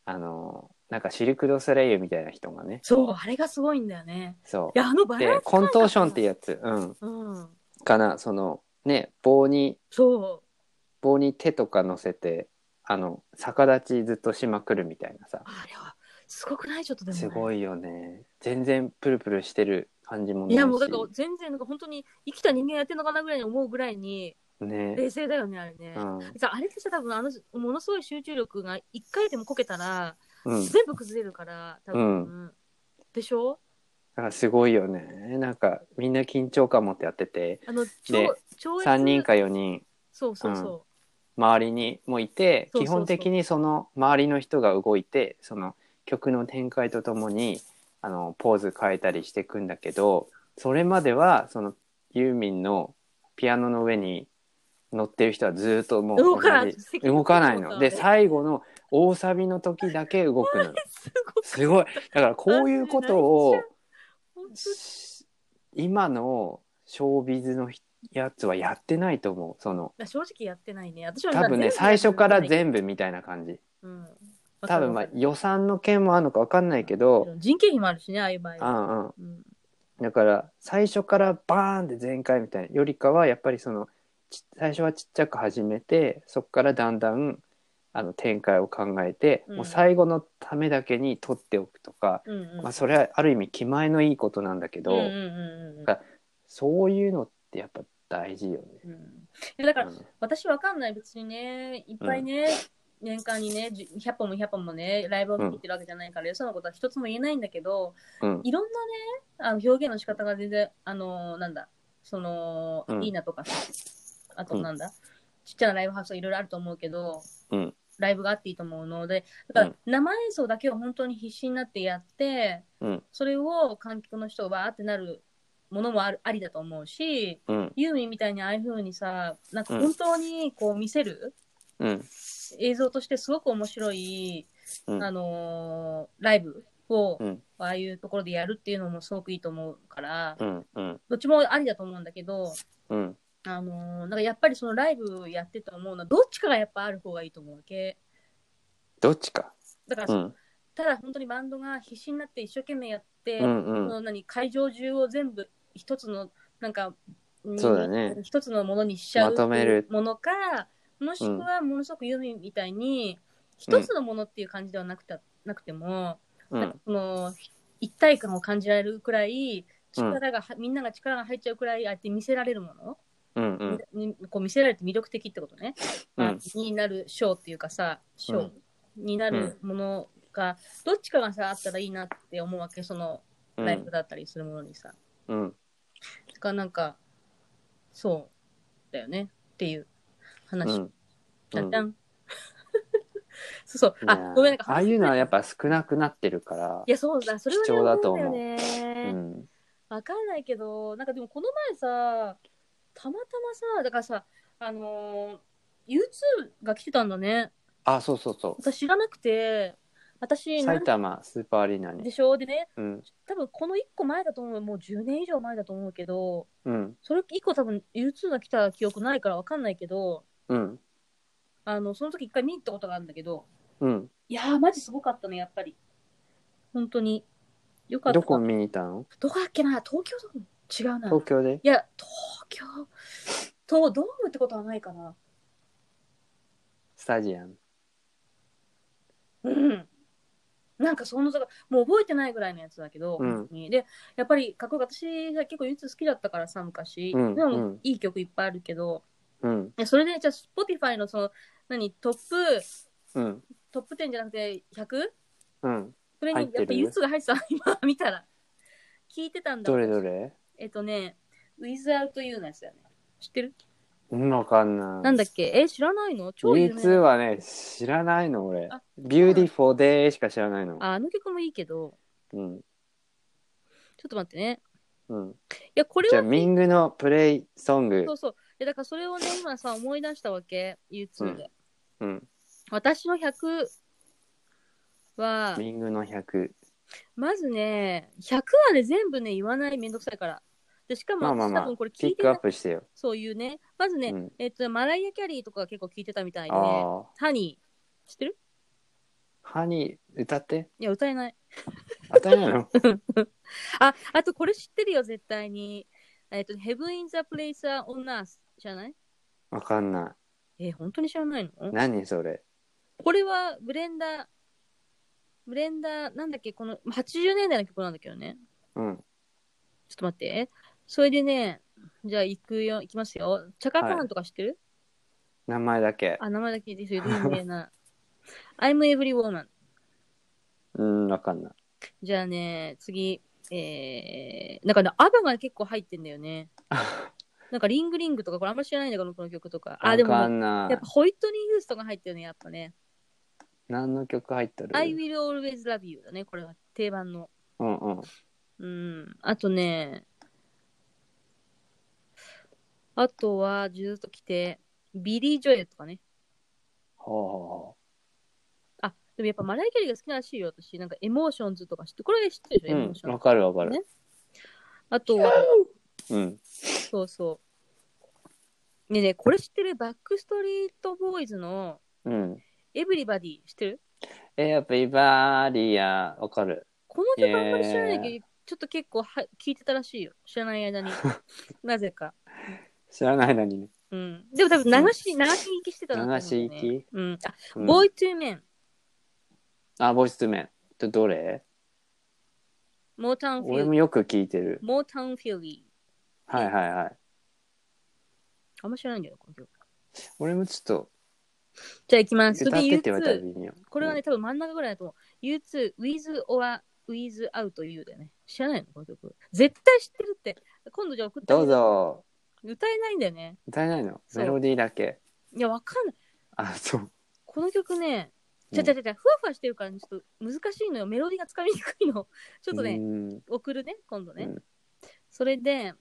B: あのなんかシルク・ドゥ・ソレイユみたいな人がね
A: そう、あれがすごいんだよね。
B: そ
A: いや、あの
B: う
A: バラ
B: で
A: ンス
B: コントーションっていう
A: や
B: やつ、うん、
A: うん。
B: かなそのね棒に
A: そ
B: 棒に手とか乗せてあの逆立ちずっとしまくるみたいなさ
A: う。あれは、すごくないちょっとでも、ね。
B: すごいよね全然プルプルしてる感じもない
A: い
B: し
A: やもうだから全然なんか本当に生きた人間やってんのかなぐらいに思うぐらいに
B: ね、
A: 冷静だよねあれね。
B: うん
A: さあれってさ多分あのものすごい集中力が一回でもこけたら、
B: うん、
A: 全部崩れるから多分、でしょ
B: だからすごいよねなんかみんな緊張感持ってやってて
A: あの
B: で
A: 超超
B: 3人か4人
A: そうそうそ
B: 周りにもいて
A: そうそうそう
B: 基本的にその周りの人が動いてその曲の展開とともにあのポーズ変えたりしていくんだけどそれまではそのユーミンのピアノの上に乗ってる人はずっとも
A: う、
B: う
A: 動かな
B: 同
A: い
B: じ動かないの。で
A: さ
B: 最後の大サビの時だけ動くのよ。
A: (laughs) すごい
B: すごいだからこういうことを
A: 本当
B: し今のショービズのひやつはやってないと思うその
A: だ正直やってないね (laughs) 私は
B: 多分ね最初から全部みたいな感じ
A: 部、うん、
B: 多分まあ
A: わかる
B: 予算の件もあるのか分かんないけど、
A: 人件費もあるしねああいう場合
B: う
A: は、
B: んうん、
A: うん、
B: だから最初からバーンって全開みたいなよりかはやっぱりそのち最初はちっちゃく始めてそこからだんだんあの展開を考えて、
A: うん
B: もう最後のためだけに取っておくとか、
A: うんうん
B: まあ、それはある意味気前のいいことなんだけど、
A: うんうんうんうん
B: だそういうのってやっぱ大事よね。
A: うんいやだから、
B: うん
A: 私わかんない別にねいっぱいね、年間にねじゅ100本も100本もねライブを見てるわけじゃないから、よそのことは一つも言えないんだけど
B: うん
A: いろんなねあの表現の仕方が全然あのなんだその、
B: うん
A: いいなとかあとなんだ、ちっちゃなライブハウスがいろいろあると思うけど、
B: うん
A: ライブがあっていいと思うのでだから、
B: うん
A: 生演奏だけを本当に必死になってやって
B: うん
A: それを観客の人がわーってなるものもあるありだと思うし、
B: うん
A: ユーミンみたいにああいう風にさ、なんか本当にこう見せる、
B: うん
A: 映像としてすごく面白い、
B: うん
A: あのーライブを、
B: うん
A: ああいうところでやるっていうのもすごくいいと思うから、
B: うんうん
A: どっちもありだと思うんだけど、
B: うん
A: あのーなんかやっぱりそのライブやってて思うのは、どっちかがやっぱある方がいいと思うわけ。
B: どっちか。
A: だから、
B: うん
A: ただ本当にバンドが必死になって一生懸命やって、
B: うんう
A: そ
B: ん
A: の何会場中を全部一つのなんかん
B: そうだね
A: 一つのものにしちゃう
B: まとめる
A: っていうものかもしくはものすごくユーミンみたいに一つのものっていう感じではなくて,、なくても、
B: う
A: なんか
B: ん
A: その一体感を感じられるくらい力が、みんなが力が入っちゃうくらいああやって見せられるもの、
B: うんうん
A: にこう見せられて魅力的ってことね、
B: うん
A: まあになるショーっていうかさショーになるものが、どっちかがさあったらいいなって思うわけその
B: うん
A: ライブだったりするものにさ、
B: うん
A: だからなんかそうだよねっていう
B: う
A: 話、
B: ん
A: じゃんじゃん (laughs) そうそう
B: いや
A: あ
B: ー
A: ごめんなんか
B: ああいうのはやっぱ少なくなってるから
A: い。やそうだそれは、ね、
B: 貴重だと思う
A: 思うんだよね、
B: うん
A: わかんないけど、なんかでもこの前さ、たまたまさ、だからさ、あのー、U2 が来てたんだね。
B: あそうそうそう。
A: 私知らなくて、私、
B: 埼玉スーパーアリーナ
A: なん
B: に。
A: でしょうでね、
B: うん
A: 多分この1個前だと思う、もう10年以上前だと思うけど、
B: うん
A: それ1個多分 U2 が来た記憶ないからわかんないけど、
B: うん
A: あの、その時一回見に行ったことがあるんだけど、
B: うん。
A: いやー、マジすごかったね、やっぱり。本当に。よかった。
B: どこ見に行ったの？
A: どこだっけな東京ドーム違うな。
B: 東京で？
A: いや、東京とドームってことはないかな。
B: スタジアム。
A: うん。なんかそのさ、もう覚えてないぐらいのやつだけど、
B: うん
A: 本当にで、やっぱりかっこよかった私が結構唯一好きだったからさ、昔。
B: うん
A: でも、
B: うん
A: いい曲いっぱいあるけど、
B: うん
A: でそれで、じゃあ、Spotify のその、何、トップ、
B: うん
A: トップ10じゃなくて 100?
B: うん。
A: それ
B: 入っ
A: に、
B: てる
A: やっぱ唯一が入ってた、今見たら。聞いてたんだ。
B: どれどれ？
A: えっとね、Without You のやつだよね。知ってる
B: うんわかんない。
A: なんだっけえ、知らないの超有名
B: U2 はね知らないの俺
A: あ。
B: ビューティフォーデーしか知らないの。
A: ああの曲もいいけど、
B: うん
A: ちょっと待ってね。
B: うん。
A: いや、これ
B: じゃ
A: は
B: あミングのプレイソング
A: そうそう。で、だからそれをね、今さ、思い出したわけ、U2 で。
B: うん。
A: 私の100は、
B: リングの100。
A: まずね、100はね、全部ね、言わない、めんどくさいから。で、しかも、
B: まあまあまあ
A: 多分これ
B: ピ
A: 聞い
B: ッ
A: て
B: クア
A: な
B: ップしてよ。
A: そういうね、まずね、
B: うん
A: えっと、マライア・キャリーとかが結構聞いてたみたいで、
B: ああ。
A: ハニー、知ってる
B: 歯に歌って
A: いや、歌えない。
B: 当たりなの
A: あ、あとこれ知ってるよ、絶対に。えっと、Heaven in the Place on Earth じゃない
B: (laughs) わかんな
A: えー本当に知らないの
B: い。何それ。
A: これはブレンダー、ブレンダー、なんだっけ、この80年代の曲なんだけどね。
B: うん。
A: ちょっと待って。それでね、じゃあ行くよ、行きますよ。チャカカー
B: は
A: ンとか知ってる、
B: 名前だけ。
A: あ、名前だけ聞いてる人有名な。I'm Every Woman。
B: うん、わかんない。
A: じゃあね、次、えー、なんかね、アバが結構入ってんだよね。なんかリングリングとか、これあんま知らないんだけど、この曲とか。 (laughs) あ、
B: わ
A: でも、
B: か
A: や
B: んな
A: っぱホイットニー・ヒューストンが入ってるね、やっぱね。
B: い。何の曲入っとる
A: I Will Always Love You だね、これは定番の。
B: うんうん。
A: うん、あとね、あとはずっと来て、ビリー・ジョエルとかね。
B: ほうほ
A: あ、でもやっぱマライアキャリーが好きならしいよ、私。なんかエモーションズとか知って、これ知ってるでし
B: うほ
A: ょ、
B: う。
A: エモーシ
B: う
A: ョ
B: ん、
A: ン
B: わ
A: ズ。
B: かるわかる。
A: ねあとは、
B: うん。
A: そうそう。ねえねえ、これ知ってるバックストリートボーイズの
B: うん。
A: エブリバディ知ってる
B: え、やっぱビバーリア、わかる。
A: この曲あんまり知らないけど、ちょっと結構は聞いてたらしいよ。知らない間
B: (laughs)
A: に。なぜか。
B: 知らないのにね。
A: うん。でも多分流し、流し聞きしてたなと思う、ね。
B: 流し聞き
A: うん。あ、
B: うん
A: ボーイ・トゥー・メン。
B: あ、ボイストゥメン。どどれ
A: モータウンフィ
B: 俺
A: ー
B: もよく聞いてる。
A: モータウンフィーリ
B: はいはいはい。
A: ー。あんま知らないんだよ、この曲。
B: 俺もちょっと
A: じゃあ行きます。
B: 歌ってって言われたら
A: U2。
B: 微妙。
A: これはね、多分真ん中ぐらいだと思う。U2、With or With Out You だよね。知らないのこの曲。絶対知ってるって。今度じゃあ送っ
B: うん。
A: てあ
B: ど
A: げ
B: う
A: る。
B: ぞ。
A: 歌えないんだよね。
B: 歌えないの
A: そう
B: メロディーだけ。
A: いや、わかんない。
B: あ、そう。
A: この曲ね、ちゃちゃちゃちゃ、ふわふわしてるから、ちょっと難しいのよ。メロディーがつかみにくいの。 (laughs) ちょっとね、
B: うん
A: 送るね、今度ね。
B: うん
A: それで、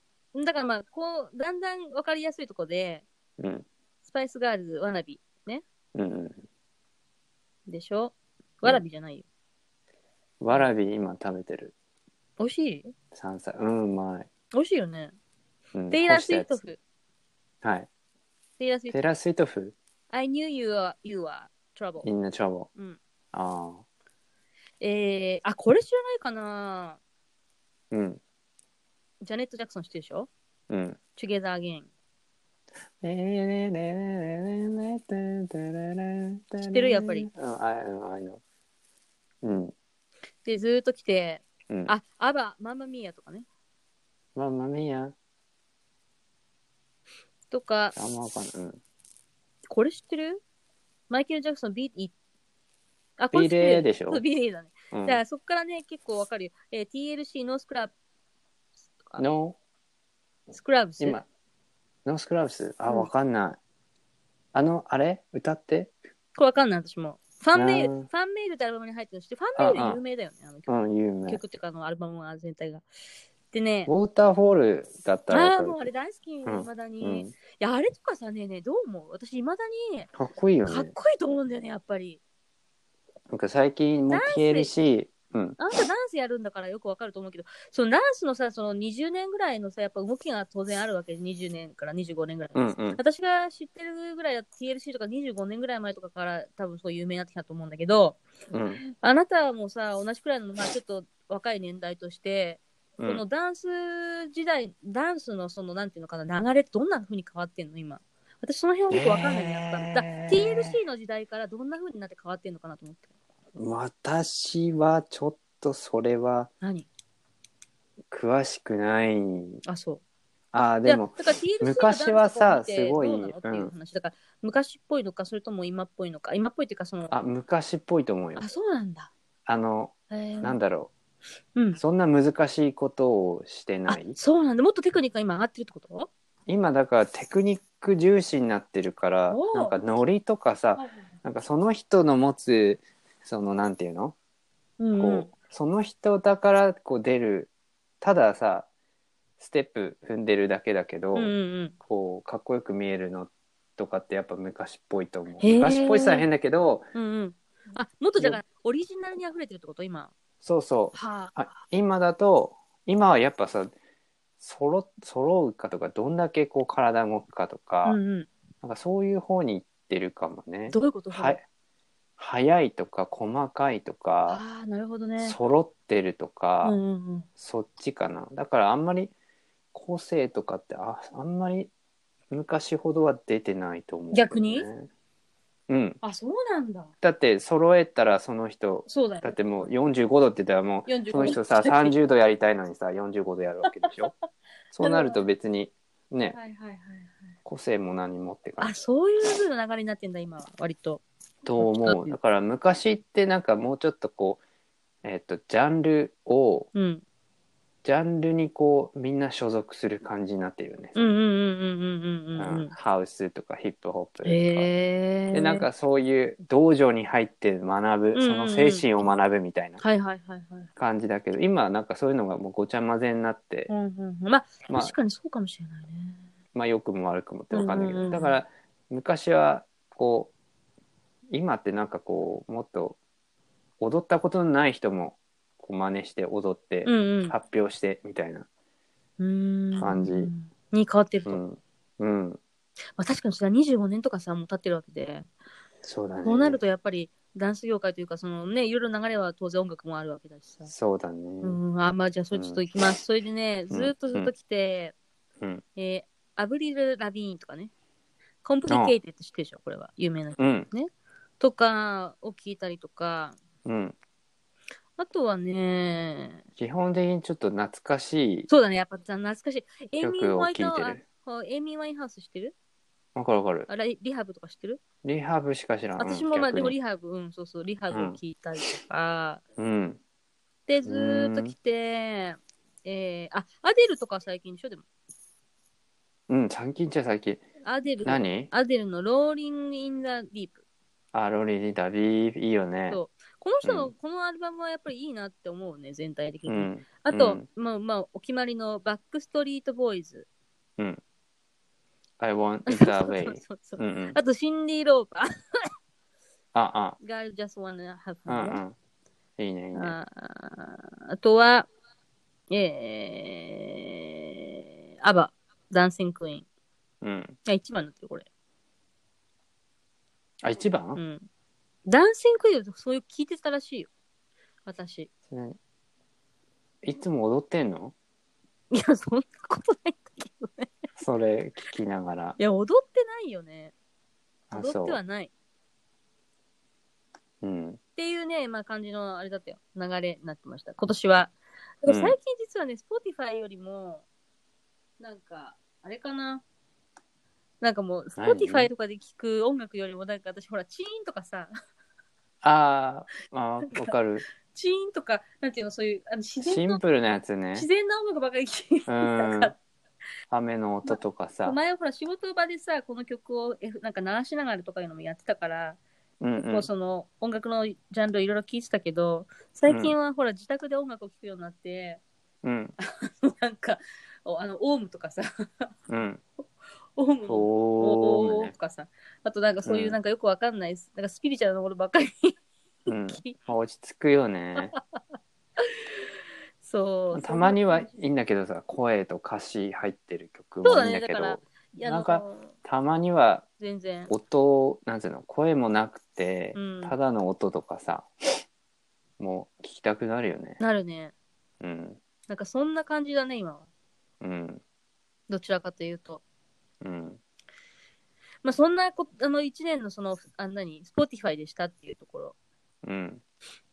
A: だからまあ、こう、だんだんわかりやすいとこで、
B: うん。
A: スパイスガールズ、わらび
B: うんうん。
A: でしょ
B: うん
A: わらびじゃないよ。
B: わらび今食べてる。
A: 美味しい
B: 山菜。うん、うまい。
A: 美味しいよね。
B: うん
A: テイラー・スウィフト
B: 干し
A: フ。
B: たやつはい。
A: テイラー・スウィフ
B: テ
A: ト
B: イラースイートフ
A: フ。I knew you were, you were trouble.
B: インナチャボ。
A: うん。
B: ああ。
A: えー、あ、これ知らないかな
B: うん。
A: ジャネット・ジャクソン知ってるでしょ
B: うん。
A: ?Together Again。
B: 知っ
A: ってるやっぱり。
B: うん、あ、うん、あいの。うん、
A: で、ずーっと来て、
B: うん。
A: あ、アバ、マンマミーアとかね。
B: まあ、マミヤ。
A: とか、
B: あんまわかんない。うん。
A: これ知ってるマイケル・ジャクソン、ビリー。あ、
B: ビ
A: 知って
B: レー
A: る
B: でしょ
A: そう。ビリーだね。
B: う
A: だか
B: ん
A: らそこからね、結構わかるよ。えー TLC、ノースクラブ、
B: の、
A: スクラブス。
B: 今。ノースクラブス。あ、
A: うん
B: わかんない。あの、あれ歌って
A: これわかんない、私も。ファンメール、
B: うん
A: ファンメールってアルバムに入ってるの知ってるファンメー
B: ああ
A: ル有名だよね、あの曲。
B: うん、有名。
A: 曲っていうか、あのアルバムは全体が。でね
B: ウ、ォーターフォールだったらわ
A: あ
B: か
A: あ、
B: る
A: もうあれ大好き、い
B: うん
A: まだに。
B: う
A: い
B: ん。
A: や、あれとかさ、ねえねえどう思う私、いまだに、
B: かっこいいよ
A: かっ
B: ね。
A: こいいと思うんだよね、やっぱり。
B: なんか最近も消えるし、うん。
A: あんたダンスやるんだからよくわかると思うけど、そのダンスのさ、その20年ぐらいのさ、やっぱ動きが当然あるわけで、20年から25年ぐらい。
B: うんうん。
A: 私が知ってるぐらいだと TLC とか25年ぐらい前とかから多分そう有名になってきたと思うんだけど、
B: うん。
A: あなたはもうさ、同じくらいの、まあちょっと若い年代として、
B: う
A: この
B: ん。
A: ダンス時代、ダンスのその、なんていうのかな、流れってどんな風に変わってんの、今。私、その辺はよくわかんないね、やっぱ。だ
B: えー
A: TLC の時代からどんな風になって変わってんのかなと思って。
B: 私はちょっとそれは
A: 何
B: 詳しくない。
A: あ、そう。
B: ああ、で
A: い
B: も
A: やだから TLC の
B: 昔はさ
A: ダンスとか見て
B: すごい
A: どうなのっていう話だから、昔っぽいのか、それとも今っぽいのか、今っぽいっていうか、その、あ、
B: あ昔っぽいと思うよ。
A: そうなんだ。
B: あの
A: へー
B: なんだろ
A: うん
B: う。そんな難しいことをして
A: あ
B: ない。
A: そうなんだ。もっとテクニックが今上がってるってこと
B: 今だからテクニック重視になってるから
A: おう
B: なんかノリとかさなんかその人の持つそのなんていうの
A: うん
B: こう、その人だからこう出るたださステップ踏んでるだけだけど、
A: うんうん
B: こうかっこよく見えるのとかってやっぱ昔っぽいと思う
A: へー
B: 昔っぽいさ変だけど
A: うんうんうんあもっとじゃあオリジナルに溢れてるってこと今
B: そうそう
A: はあ
B: あ今だと今はやっぱさ揃揃うかとかどんだけこう体動くかとか、
A: うんうん
B: なんかそういう方に行ってるかもね。
A: どういうことそれ
B: はい早いとか細かいとか
A: ああなるほどね
B: 揃ってるとか、
A: うんうんうん
B: そっちかなだからあんまり個性とかってああんまり昔ほどは出てないと思う、
A: 逆に
B: うん
A: あそうなんだ
B: だって揃えたらその人
A: そうだよ
B: だってもう45度って言ったらも
A: 45
B: うその人さ30度やりたいのにさ45度やるわけでし
A: (laughs)
B: ょそうなると別にね
A: はいはいはいはい
B: 個性も何もって感
A: あ
B: じ
A: そういう風な流れになってんだ今は割と
B: と思うだから昔ってなんかもうちょっとこうえっ、とジャンルを
A: うん
B: ジャンルにこうみんな所属する感じになってるよね、
A: うんうんうんうんうんうんうん
B: うんハウスとかヒップホップとか、
A: へえ
B: でなんかそういう道場に入って学
A: んう
B: ぶ
A: ん
B: その精神を学ぶみたいな
A: はいはいはいはい
B: 感じだけど、今はなんかそういうのがもうごちゃ混ぜになって、
A: うんうんうんまあ
B: まあ
A: 確、かにそうかもしれないね
B: まあ良くも悪くもってわかんないけど、
A: うんうんうん
B: だから昔はこう今ってなんかこうもっと踊ったことのない人もこう真似して踊って
A: うんうん
B: 発表してみたいな、
A: うーん
B: 感じ
A: に変わってる
B: う
A: と、ま
B: んうん、
A: あ、確かにそれは25年とかさもう経ってるわけで
B: そうだね
A: こうなるとやっぱりダンス業界というかそのねいろいろ流れは当然音楽もあるわけだしさ
B: そうだね、
A: うんあまあじゃあそれちょっといきます、それでねずーっとずっと来て、
B: うん
A: えーアブリル・ラビーンとかねコンプリケイテッド知ってるでしょこれは有名な人
B: うん
A: とかを聞いたりとか
B: うん、
A: あとはね
B: 基本的にちょっと懐かしい
A: そうだねやっぱ懐かしいエイミー・
B: 曲
A: ホ
B: を
A: ワ
B: 聴
A: イ
B: いて
A: ト
B: る
A: あエイミー・ワインハウス知ってる
B: わかるわかる
A: あれリハブとか知ってる
B: リハブしか知らん
A: 私もまあ
B: うん
A: でも
B: 逆に
A: リハブ、うん、そうそう、リハブを聞いたりとか、
B: うん
A: で、ずーっと来て、えー、あ、アデルとか最近でしょ、でも。
B: うん最近じゃ最近
A: アデル、
B: 何
A: アデルのローリング・イン・ザ・ディープ。
B: アロリリダビーいいよね
A: そうこの人
B: う
A: の
B: ん
A: このアルバムはやっぱりいいなって思うね、全体的に。
B: うん
A: あと、
B: うん
A: まあまあ、お決まりのバックストリート・ボーイズ。
B: I want
A: (laughs)
B: it that way
A: そうそうそう
B: うんうん
A: あと、シンディ・ローパー。
B: あ
A: Girl Just Wanna Have
B: あ
A: Fun
B: うん
A: ね
B: うんいいねいいね
A: あーあとは、えー、アバ、ダンシング・クイーン。
B: うん
A: あ、一番になってる、これ。
B: あ一
A: う
B: 番
A: ん。ダンシングクイーンをそういう聞いてたらしいよ。私。
B: いつも踊ってんの
A: いや、そんなことないんだけどね。
B: それ聞きながら
A: いや、踊ってないよね。
B: あ
A: 踊っては
B: そ
A: ない。っ
B: ううん
A: ていうね、まあ感じのあれだったよ。流れになってました。今年は。
B: う
A: 最
B: ん
A: 近実はね、Spotify よりも、なんか、あれかな。なんかもう、
B: 何
A: Spotify とかで聞く音楽よりも、なんか私、ほら、チーンとかさ、
B: あーあーわかる
A: チーンとか、なんていうの、そういう、あの自
B: シ
A: 然
B: ン
A: の、
B: プルなやつね
A: 自然な音楽ばかり聞いてた
B: う
A: か
B: ん
A: ら。
B: 雨の音とかさ
A: 前はほら仕事場でさこの曲を、F、なんか鳴らしながらとかいうのもやってたから、
B: うん
A: 結
B: う
A: 構
B: ん
A: その音楽のジャンルをいろいろ聴いてたけど最近はほら自宅で音楽を聴くようになって、 (laughs)
B: うん
A: なんかおあのオウムとかさ (laughs)
B: うん
A: オウムの
B: お
A: お
B: ー
A: ーとかさあとなんかそういううんなんかよくわかんない、なんかスピリチュアルなものばっかり
B: うん落ち着くよ
A: (laughs)
B: ね
A: そう
B: たまにはいいいんだけどさ声と歌詞入ってる曲
A: そう
B: も
A: だ
B: いい
A: ね
B: んだけど
A: だからや
B: な
A: なんん
B: か
A: か
B: たまには
A: 全然
B: 音なんていうの声もなくて、
A: うん
B: ただの音とかさ (laughs) もう聞きたくなるよね
A: なるね
B: うん
A: なんかそんな感じだね今は
B: うん
A: どちらかというと
B: うん
A: まあ、そんなこあの1年のその、あ何、Spotify でしたっていうところ。
B: うん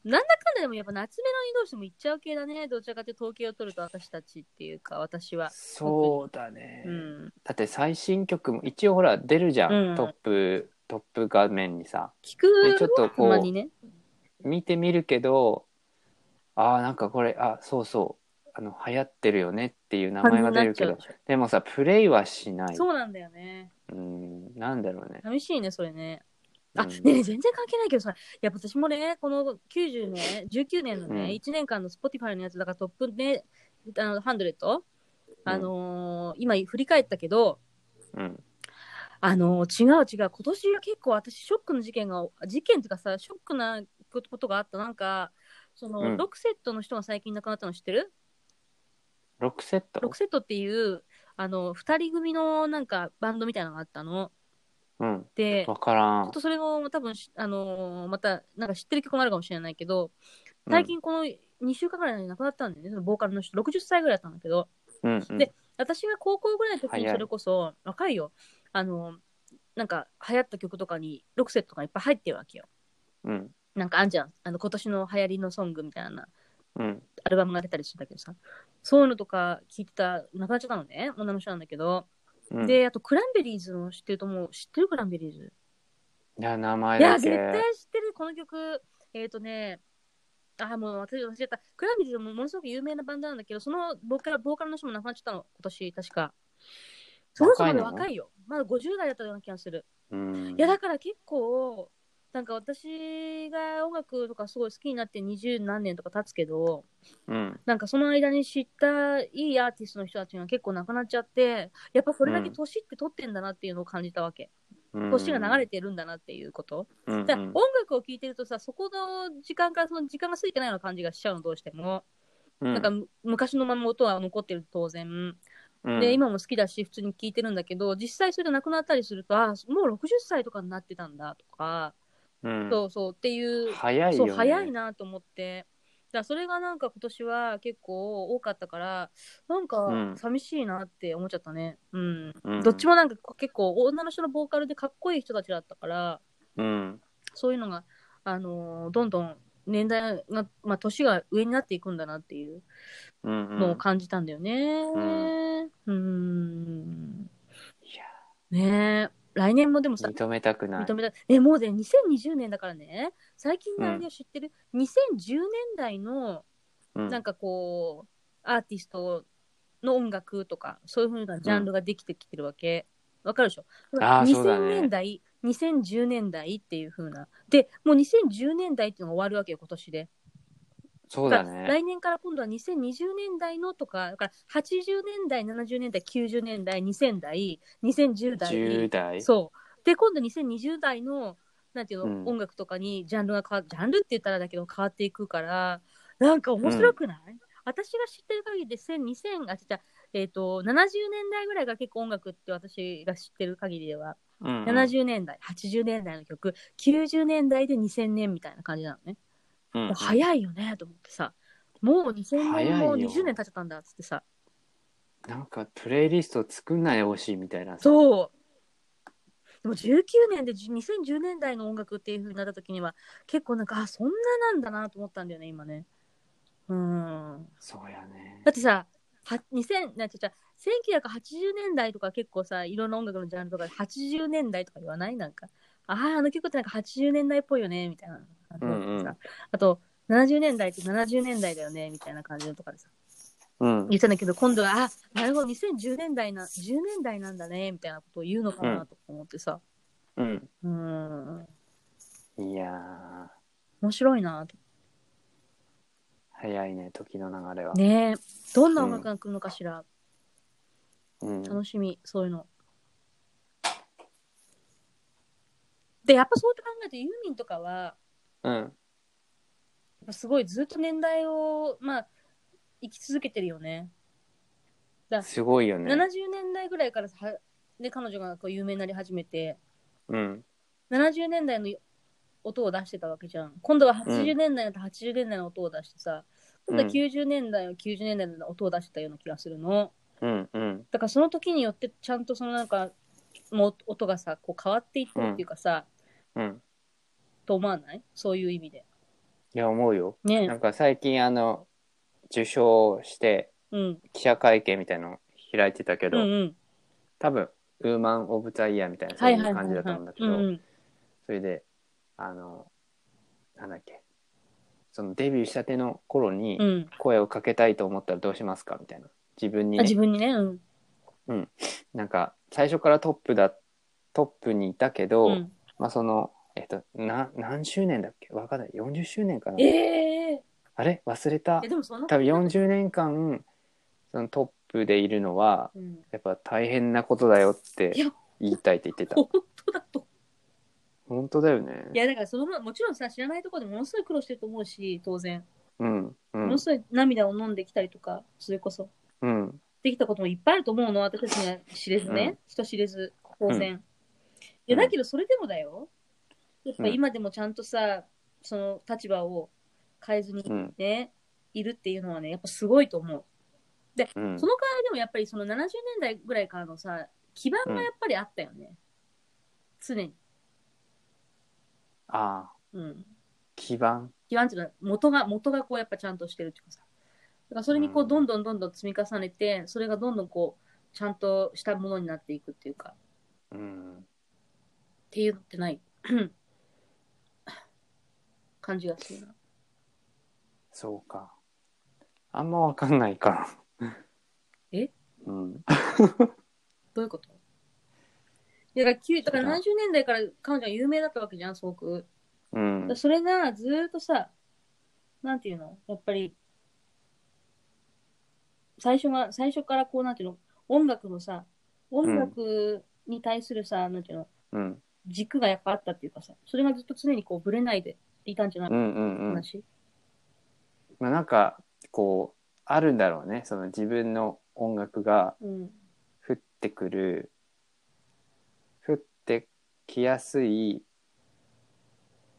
A: なんだかんだでもやっぱ夏目の移動士も行っちゃう系だね。どちらかというと統計を取ると私たちっていうか、私は。
B: そうだね、
A: うん。
B: だって最新曲も一応ほら出るじゃん、
A: うん
B: トップトップ画面にさ
A: 聞く
B: でちょっとこ
A: た
B: う
A: まにね。
B: 見てみるけどあーなんかこれあそうそうあの流行ってるよねっていう名前が出るけ
A: 感
B: ど
A: じになっちゃうで
B: でもさプレイはしない
A: しょそうなんだよね。
B: うんなんだろうね
A: 寂しいね、それね。あ、
B: うん
A: ねえ全然関係ないけどさ、やっぱ私もね、この90年、19年の
B: うん
A: ね、一1年間の Spotify のやつ、だからトップね、あの、ハンドレットあのー今振り返ったけど、
B: うん
A: あのー違う違う、今年は結構私、ショックの事件が、事件っていうかさ、ショックなことがあった、なんか、その、
B: うん
A: ロクセットの人が最近亡くなったの知ってる
B: 6セット
A: ロクセットっていう、あの、二人組のなんかバンドみたいなのがあったの。
B: うん
A: で、
B: 分から
A: ちょ
B: ん
A: っとそれも多分し、あのーまた、なんか知ってる曲もあるかもしれないけど、
B: うん
A: 最近この2週間ぐらいで亡くなったんだよね、そのボーカルの人、60歳ぐらいだったんだけど、
B: うんうん
A: で私が高校ぐらいの時
B: 早
A: に
B: い
A: それこそ、若いよ、あのーなんか流行った曲とかに、ロクセットとかいっぱい入ってるわけよ。
B: うん
A: なんかあんじゃん、あの今年の流行りのソングみたいな
B: うん
A: アルバムが出たりしてたけどさ、そういうのとか聞いてた、亡くなっちゃったのね、女の人なんだけど、
B: うん
A: で、あとクランベリーズの知ってると思う、知ってるクランベリーズ。
B: いや名前
A: いや、
B: だ
A: 絶
B: け
A: 対知ってる、この曲。えっ、とね、あ、もう私忘れちゃった。クラミズもものすごく有名なバンドなんだけど、そのボーカルボーカルの人も亡くなっちゃったの、今年、確か。その人まだ
B: 若いの
A: 若いよ。まだ50代だったような気がする。
B: うん
A: いや、だから結構、なんか私が音楽とかすごい好きになって二十何年とか経つけど、
B: うん
A: なんかその間に知ったいいアーティストの人たちが結構亡くなっちゃって、やっぱそれだけ年って取ってんだなっていうのを感じたわけ。
B: うん
A: 年が流れてるんだなっていうこと。
B: うんうん
A: だから音楽を聴いてるとさ、そこの時間からその時間が過ぎてないような感じがしちゃうの、どうしても。
B: うん
A: なんかむ昔のまま音は残ってる、当然。
B: うん
A: で、今も好きだし、普通に聴いてるんだけど、実際それがなくなったりすると、あもう60歳とかになってたんだとか、
B: うん
A: そうそうっていう、
B: 早いよ
A: そ
B: ね
A: う、早いなと思って。だからそれがなんか今年は結構多かったから、なん
B: うん
A: か寂しいなって思っちゃったね。うん。
B: うん
A: どっちもなんか結構女の人のボーカルでかっこいい人たちだったから、
B: うん
A: そういうのが、あのーどんどん年代が、まあ、年が上になっていくんだなっていう
B: うんうん
A: のを感じたんだよね。うんん。ん
B: いや
A: ねえ来年もでもさ、
B: 認めたくない
A: 認めた、え、もうね、2020年だからね、最近のあれ
B: う
A: を知ってる、2010年代の、
B: うん
A: なんかこう、アーティストの音楽とか、そういうふうなジャンルができてきてるわけ。わ、かるでしょ
B: あーそうだ
A: ?2000
B: ね
A: 年代、2010年代っていうふうな。で、もう2010年代っていうのが終わるわけよ、今年で。
B: そうだ
A: から
B: ね
A: 来年から今度は2020年代のとか、だから80年代、70年代、90年代、2000代、2010代。
B: 10代
A: そう。で、今度2020代の、なんていうの、
B: うん
A: 音楽とかにジャンルが変わジャンルって言ったらだけど変わっていくから、なんか面白くない、私が知ってる限りで1000、2000、あ、違う、えっ、と、70年代ぐらいが結構音楽って私が知ってる限りでは、
B: うん
A: 70年代、80年代の曲、90年代で2000年みたいな感じなのね。
B: うんうん
A: 早いよね、と思ってさ。もう2000
B: 早い
A: 年、
B: よ
A: もう20年経っちゃったんだ、つってさ。
B: なんかプレイリスト作んないでほしいみたいなさ
A: そう。でも19年でじ2010年代の音楽っていう風になった時には結構なんかあそんななんだなと思ったんだよね今ね。うん。
B: そうやね
A: だってさは2000なんて言っちゃう1980年代とか結構さいろんな音楽のジャンルとかで80年代とか言わないなんかあああの曲ってなんか80年代っぽいよねみたいな。
B: うんうん
A: あと70年代って70年代だよねみたいな感じのとかでさ
B: う
A: 言っ
B: ん
A: てたんだけど今度はあなるほど2010年代な10年代なんだねみたいなことを言うのかなとか思ってさ、
B: うん
A: うん、
B: いやー
A: 面白いなと
B: 早いね時の流れは、
A: ねえどんな音楽が来るのかしら、
B: うん、
A: 楽しみそういうのでやっぱそうやって考えるとユーミンとかは
B: うん
A: やっぱすごいずっと年代をまあ生き続けてるよね
B: すごいよね
A: 70年代ぐらいからさはで彼女がこう有名になり始めて
B: うん
A: 70年代の音を出してたわけじゃん。今度は80年代だと80年代の音を出してさ、
B: うん
A: 今度は90年代の90年代の音を出してたような気がするの。
B: うんうん
A: だからその時によってちゃんとそのなんか、もう音がさ、こう変わっていってるっていうかさ、
B: うん
A: と思わないそういう意味で。
B: いや思うよ
A: ね
B: なんか最近あの受賞して
A: うん。
B: 記者会見みたいの開いてたけ
A: う
B: ど、
A: んうん。
B: 多分ウーマン・オブ・ザ・イヤーみたいなそ
A: は
B: う
A: い
B: い
A: は
B: う
A: いは
B: 感
A: い
B: じだ
A: は
B: った
A: い
B: んだ。け
A: う
B: ど、
A: んうん。
B: それであのなんだっけそのデビューしたての頃に
A: うん。
B: 声をかけたいと思ったらどうしますかみたいな自分に
A: あ、
B: ね、
A: 自分にね。うん。
B: なんか最初からトップだトップにいたけど、
A: うん、
B: まあそのえっとな何周年だっけわかんない40周年かな
A: ええ
B: あれ忘れた
A: え、でもそんな
B: 多分40年間そのトプでいるのは
A: うん、
B: やっぱ大変なことだよって
A: いや
B: 言いたいって言ってた
A: 本当だと。
B: 本当だよ
A: い
B: ね
A: や、だからその分、もちろんさ、知らないところでものすごい苦労してると思うし、当然。
B: うんう
A: も
B: ん
A: のすごい涙を飲んできたりとか、それこそ。
B: うん
A: できたこともいっぱいあると思うの、私たちには知れずね、
B: うん
A: 人知れず、当然。いや、
B: うん
A: だけどそれでもだよ。やっぱ
B: うん
A: 今でもちゃんとさ、その立場を変えずに
B: うん
A: ね、いるっていうのはね、やっぱすごいと思う。
B: うん
A: その代わりでもやっぱりその70年代ぐらいからのさ、基盤がやっぱりあったよね。常に。
B: ああ
A: うん。
B: 基盤
A: 基盤っていうのは元が、元がこうやっぱちゃんとしてるっていうかさ。だからそれにこ
B: う
A: うんどんどんどんどん積み重ねて、それがどんどんこう、ちゃんとしたものになっていくっていうか。
B: うん
A: っていうのってない (coughs) 感じがするな。
B: そうかあんまわかんないから
A: え
B: うん
A: どういうこといやだから9だから
B: そうだ
A: 70年代から彼女は有名だったわけじゃん、すごく。
B: うん
A: それがずーっとさ、なんていうのやっぱり、最初が、最初からこう、なんていうの音楽のさ、音楽に対するさ、なんていうの
B: うん
A: 軸がやっぱあったっていうかさ、それがずっと常にこう、ぶれないでいたんじゃない
B: うんうんうん
A: 話、
B: まあ、なんかこうあるんだろうねその自分の音楽が
A: うん。
B: 降ってくる降ってきやすい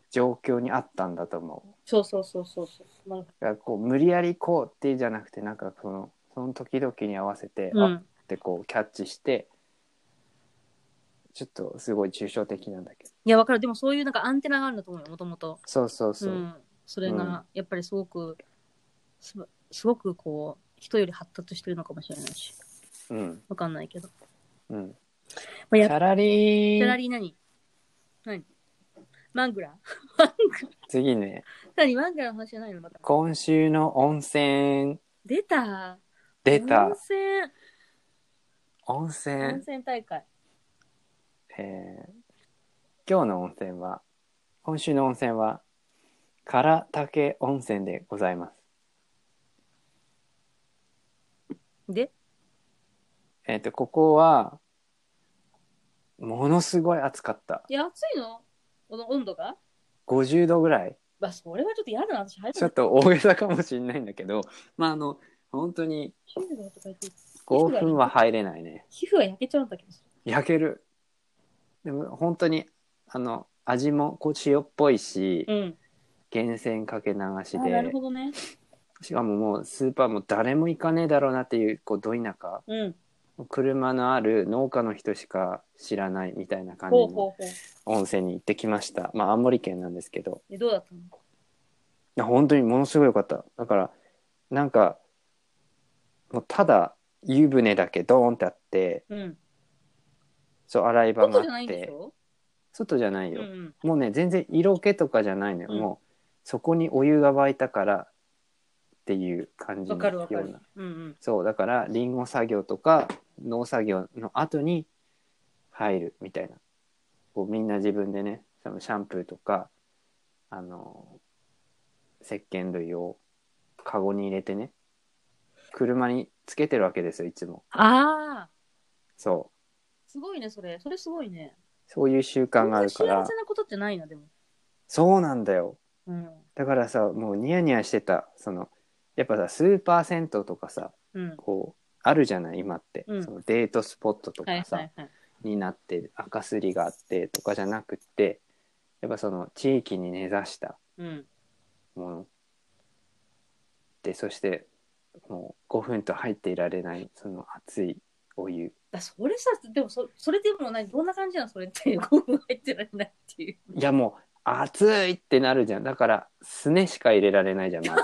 B: 状況にあったんだと思う。
A: そうそうそうそうそう。なる
B: だからこう無理やりこうってじゃなくてなんかそのその時々に合わせて、
A: ほどう
B: あっ
A: ん。
B: てこうキャッチしてちょっとすごい抽象的なんだけど
A: いや、わかる。でもそういうなんかアンテナがあるんだと思うよ、もともと。
B: そうそうそうう、
A: ん。それ
B: うん
A: が、やっぱりすごく、すばすごくこう、人より発達してるのかもしれないし、
B: うん
A: わかんないけど。
B: うん、
A: まあ、
B: キ
A: やっ
B: ャラリー
A: ぱり何何マングラ (laughs) マングラ
B: 次ね
A: 何マングラの話じゃないのまた。
B: 今週の温泉
A: 出た。
B: 出た
A: 温泉。
B: 温泉
A: 温泉大会。
B: えー今日の温泉は今週の温泉は唐竹温泉でございます。
A: で
B: えっ、とここはものすごい暑かった。
A: いや、暑いのこの温度が
B: 50度ぐらい。
A: まあ、それはちょっと嫌だな。私、入
B: ちょっと大げさかもしれないんだけど、まああの本当に
A: 90度とか言って
B: 5分は入れないね。
A: 皮膚が焼けちゃうんだけど。
B: 焼ける。でも本当にあの味もこう塩っぽいし、
A: うん。
B: 源泉かけ流
A: あ
B: し
A: ー、なる
B: で
A: ほ、どね。
B: しかももうスーパーも誰も行かねえだろうなっていうこうど田舎。
A: うん。
B: 車のある農家の人しか知らないみたいな感じ
A: ほうほ
B: の
A: うほう。
B: 温泉に行ってきましたまあ青森県なんですけど
A: え、どうだったの
B: いや本当にものすごい良かっただからなんかもうただ湯船だけドーンってあって
A: うん。
B: そう洗い場が
A: 外じゃ
B: あ
A: ない
B: っ
A: んでしてょ
B: 外じゃないうよ、
A: ん
B: もうね全然色気とかじゃないのよ、
A: うん
B: もうそこにお湯が沸いたからっていう感
A: うん。
B: じの
A: わかるわか
B: よう
A: る
B: な。
A: うんうん。
B: そうだからリンゴ作業とか農作業の後に入るみたいなこうみんな自分でねそのシャンプーとかあの石鹸類をカゴに入れてね車につけてるわけですよいつも
A: ああ、
B: そう
A: すごいね、それ。それすごいね。
B: そういう習慣があるか
A: そんな
B: ら
A: 幸せなことってないな、でも。
B: そうなんだよ
A: うん。
B: だからさもうニヤニヤしてたそのやっぱさスーパー銭湯とかさ
A: うん。
B: こうあるじゃない今って、
A: うん
B: そのデートスポットと
A: はい
B: かさ、
A: はいはい。
B: になって赤すりがあってとかじゃなくってやっぱその地域に根ざした
A: うん。
B: ものでそしてもう5分と入っていられないその熱いお湯
A: だそれさ、でもそ、それでも何、どんな感じなのそれって。5分入ってられないっていう。 (laughs)
B: いやもう熱いってなるじゃんだからすねしか入れられないじゃん
A: (laughs)
B: ま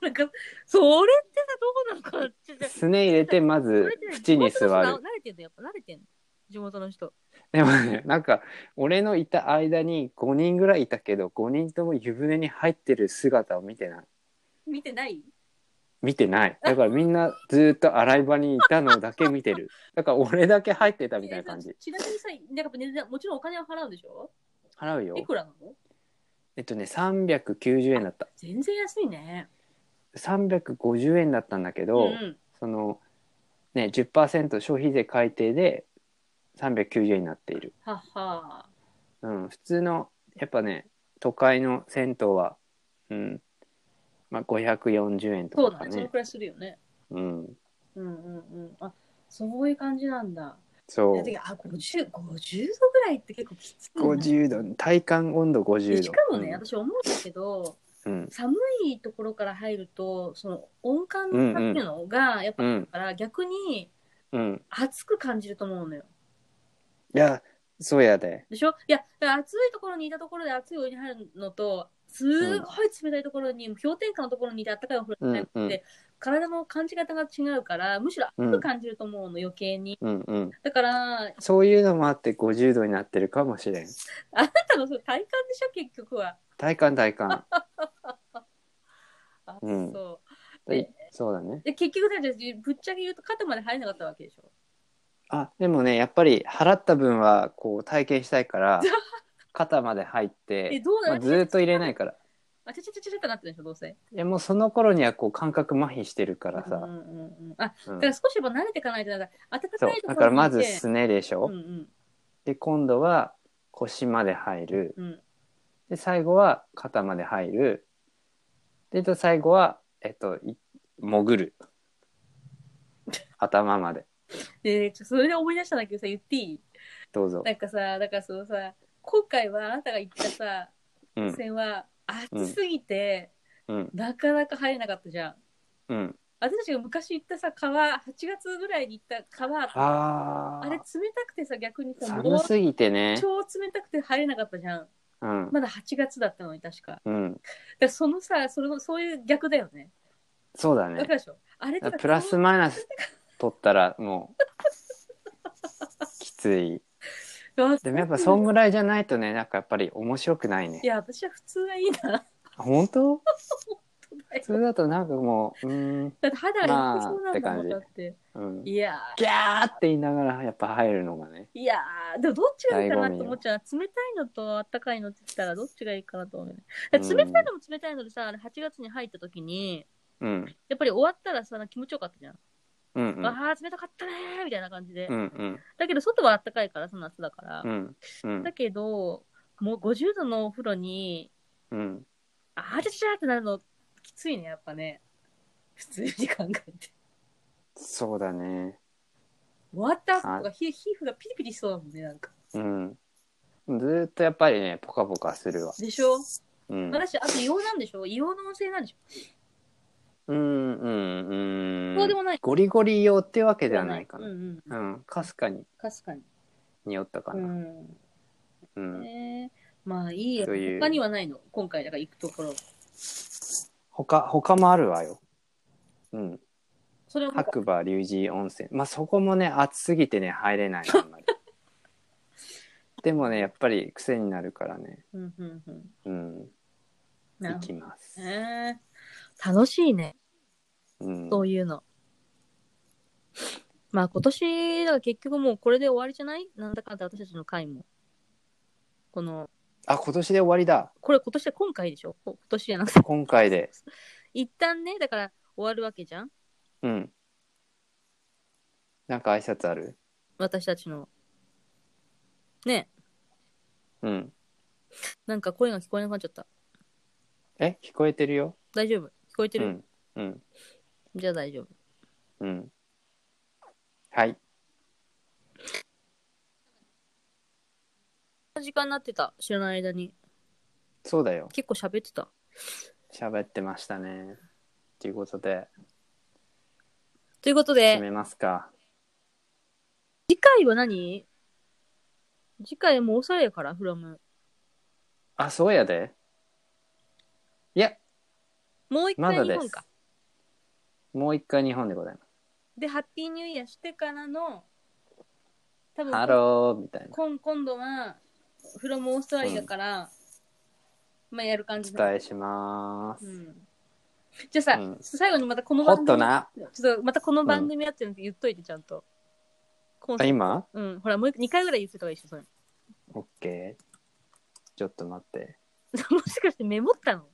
A: なんか、それってさ、どこなのかなちょっと
B: ずすね入れてま
A: (laughs) そ
B: ず
A: れって
B: 縁に座
A: 地元の人
B: る
A: 慣れてんだよ、やっぱ慣れてんの。地元の人。
B: (laughs) でもねなんか俺のいた間に5人ぐらいいたけど5人とも湯船に入ってる姿を見てない
A: 見てない
B: 見てない。だからみんなずーっと洗い場にいたのだけ見
A: (laughs)
B: てる。だから俺だけ入ってたみたいな感
A: え
B: じ
A: ー。ちなみにさ、なんかやっぱ値段もちろんお金は払うでしょ
B: 払うよ
A: い。くらなの
B: えっとね、390円だった。
A: 全然安いね。
B: 350円だったんだけ
A: う
B: ど、
A: んうん。
B: その、ね、10%消費税改定で390円になっている。
A: はは。
B: うん、普通のやっぱね都会の銭湯は、うんまあ、540円
A: そ
B: と
A: うだ
B: か
A: ね。その
B: ね
A: くらいするよね。
B: うん、
A: うんうんうん。あ、そういう感じなんだ。
B: そ
A: だ
B: う
A: ってあ、50、50度ぐらいって結構きついな。
B: 50度体感温度50度
A: しかもね、私思うんだけど、
B: うんうん
A: 寒いところから入ると、その温感っていうのが、やっぱ、
B: うん
A: だから逆に
B: うん
A: 暑く感じると思うのよ。
B: いやそうやで
A: でしょいや、だから暑いところにいたところで暑いお湯に入るのと、すごい冷たいところに、氷点下のところにいて暖かいお風呂に入るって、
B: うんうん
A: 体の感じ方が違うから、むしろ暑く感じると思うの、余計に。
B: うんうん
A: だから、あな
B: そういうのもあって50度になってるかもしれん
A: たのそれ体感でしょ、結局は。
B: 体感
A: (laughs)
B: 体感
A: あ、
B: うん
A: そ
B: でそうだね
A: う。で、結局だって、ぶっちゃけ言うと肩まで入れなかったわけでしょ。
B: あでもねやっぱり払った分はこう体験したいから
A: (laughs)
B: 肩まで入っ
A: え、
B: て、
A: どうな
B: まあ、ずーっと入れないから
A: あ、ちゃちゃちゃちゃってなってるでしょ、どうせ。
B: いやもうその頃にはこう感覚麻痺してるか
A: う
B: ら
A: ん
B: さ、
A: うんうんうん。あ、
B: うん
A: だから少しやっぱ慣れていかないと、なんか、暖かいとこ
B: そう
A: ろにいて
B: だからまずすねでしょ、
A: うんうん
B: で今度は腰まで入る
A: うん。
B: で最後は肩まで入るでと最後はえっとい潜る頭まで
A: で、ちょそれで思い出したんだけどさ、言っていい
B: ど (laughs) うぞ
A: なんかさ、だからそのさ、今回はあなたが行ったさ、
B: うん
A: 線は暑すぎて、
B: うん
A: なかなか入れなかったじゃん。
B: うん
A: 私たちが昔行ったさ、川、8月ぐらいに行った川、あ
B: あ
A: れ冷
B: ー
A: たくてさ、逆にさ、も
B: 寒
A: う
B: すぎてね
A: 超冷たくて入れなかったじゃん。
B: うん
A: まだ8月だったのに、確か。だか
B: うん
A: らそのさ、それのそういう逆だよね。
B: そうだ
A: わか
B: ね
A: るでしょあれとか
B: プラスマイナス取ったらもうきついでもやっぱそんぐらいじゃないとねなんかやっぱり面白くないね
A: いや、私は普通がいいな。
B: あ本当
A: 本当だよ
B: それだとなんかもううーん、
A: だって肌がいっそうなんだもん、
B: ま
A: だ
B: あ
A: っ。
B: ってうん、ギ
A: いや
B: ャーって言いながらやっぱ入るのがね
A: ー、いやー、でもどっちがいいかなって思っちゃう。冷たいのとあったかいのって言ったらどっちがいいかなと思うよね。だから冷たいのも冷たいのでさ、あれ8月に入った時に、
B: うん
A: やっぱり終わったらさ、気持ちよかったじゃん。
B: うんうん
A: あー、冷たかったねーみたいな感じで。
B: うんうん
A: だけど、外はあったかいから、その夏だから。
B: うんうん
A: だけど、もう50度のお風呂に、
B: うん
A: あーちゃちゃちゃってなるのきついね、やっぱね。普通に考えて。
B: そうだね
A: 終わった後とかひ皮膚がピリピリしそうだもんね、なんか。
B: うんずーっとやっぱりねポカポカするわ、
A: でしょ
B: うん、
A: 私、あと硫黄なんでしょ硫黄の温泉なんでしょ、
B: うんうんうん
A: そうでもない。
B: ゴリゴリ用ってわけではないかな
A: うんうん。
B: うんかすかに
A: 確かに。
B: 匂ったか
A: う
B: な、
A: ん。
B: うん
A: ねえまあいいや。
B: という
A: 他にはないの今回、だから行くところ。
B: 他他もあるわようん
A: それはもう
B: 白馬龍神温泉まあそこもね暑すぎてね入れないあ
A: (laughs)
B: んまりでもねやっぱり癖になるからね
A: うんうんうん。
B: うん
A: なる
B: 行
A: ほ
B: きます
A: ど、ね。楽しいね。
B: うん、
A: そういうの。まあ今年、だから結局もうこれで終わりじゃないなんだかんだ私たちの会も。この、
B: あ今年で終わりだ
A: これ今年で今回でしょこ今年じゃなくて。
B: 今回で
A: 一旦ね、だから終わるわけじゃん
B: うんなんか挨拶ある
A: 私たちの。ね
B: うん
A: なんか声が聞こえなくなっちゃった。
B: え聞こえてるよ
A: 大丈夫聞こえて
B: う
A: る、
B: んうん
A: じゃあ大丈夫。
B: うんはい
A: 時間になってた。知らない間に。
B: そうだよ
A: 結構喋ってた。
B: 喋ってましたねということで
A: ということ
B: 締
A: で、
B: めますか
A: 次回は何次回もう遅いやから、フロム。
B: あそうやでいや
A: もう一
B: ま
A: 回
B: だ
A: 日
B: で
A: 本
B: す
A: か。
B: もう一回日本でございます
A: でハッピーニューイヤーしてからの、多分
B: ハローみたいな
A: 今今度は、フロムオーストラリアから、まあやる感じ
B: お
A: だ
B: 伝えします、
A: うんじゃあさ、
B: うん
A: 最後にまたこの
B: ホ
A: 番
B: ット
A: 組
B: な
A: ちょっとまたこの番組やってるのって言っといてちゃんと。コン
B: あ
A: セプ
B: 今
A: トうん、ほらもう2回ぐらい言ってた方がいいでしょ、それ。 (laughs)
B: ?OK ちょっと待って
A: もしかしてメモったの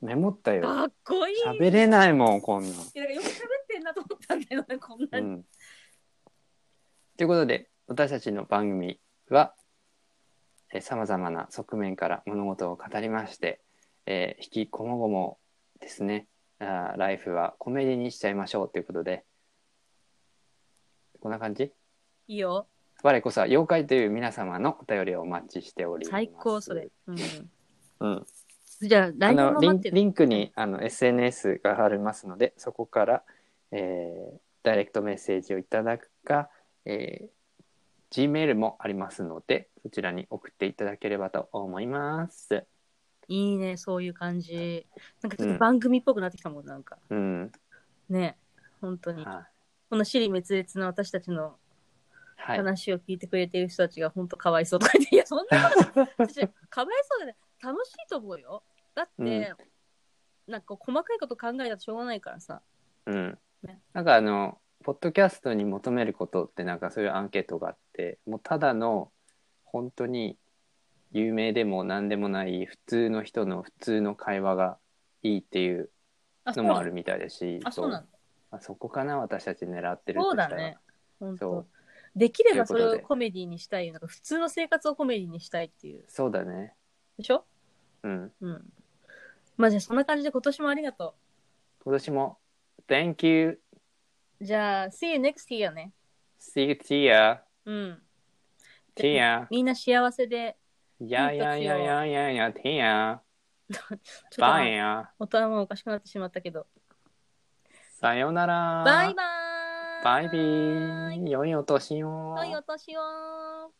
B: メモったよ
A: かっこいいいや
B: 喋れないもんこんなん
A: だからよく喋ってんなと思ったんだよね、こんな
B: う
A: に。
B: んということで私たちの番組はさまざまな側面から物事を語りまして、えー、引きこもごもですねあーライフはコメディにしちゃいましょうということでこんな感じ
A: いいよ。
B: 我こそは妖怪という皆様のお便りをお待ちしております
A: 最高、それ。。うん。
B: うん、
A: じゃあ、
B: あ
A: 来年
B: の
A: も
B: リ
A: 待
B: ン
A: ってる。
B: リンクにあの SNS がありますのでそこから、えーダイレクトメッセージをいただくか、えー Gmail もありますのでそちらに送っていただければと思います。
A: いいね、そういう感じ。なんかちょっ
B: う
A: と
B: ん
A: 番組っぽくなってきたもん、なんか。
B: うん、
A: ね。本当に。
B: は
A: この尻滅裂な私たちの
B: いはい、
A: 話を聞いてくれてる人たちが本当かわいそうとか言って、いや、そんなことない私かわいそうじゃない。楽しいと思うよ。だって、
B: うん
A: なんか細かいこと考えたとしょうがないからさ。
B: うん
A: ね、
B: なんかあのポッドキャストに求めることってなんかそういうアンケートがあってもうただの本当に有名でも何でもない普通の人の普通の会話がいいっていう
A: あ、そ
B: の
A: うな
B: も
A: の
B: あるみたいだし
A: あ、そうなの
B: まあそこかな私たち狙ってる
A: そうだ
B: としたら
A: ね。本
B: そ
A: 当
B: う。
A: できれば
B: と
A: そ
B: いうこと
A: れ
B: で
A: をコメディにしたいよ。なんか普通の生活をコメディにしたいっていう。
B: そうだね
A: でしょ
B: うん
A: うん。まあじゃあそんな感じで今年もありがと
B: 今年も Thank you
A: う。じゃあ、see you next year ね。
B: see you Tia
A: うん。
B: Tia
A: みんな幸せで、
B: やややややや Tia
A: ちょ
B: バ
A: っ
B: イや
A: と大人もおかしくなってしまったけど。
B: さよなら
A: バイバーイ
B: バイビー良いお年を
A: 良いお年を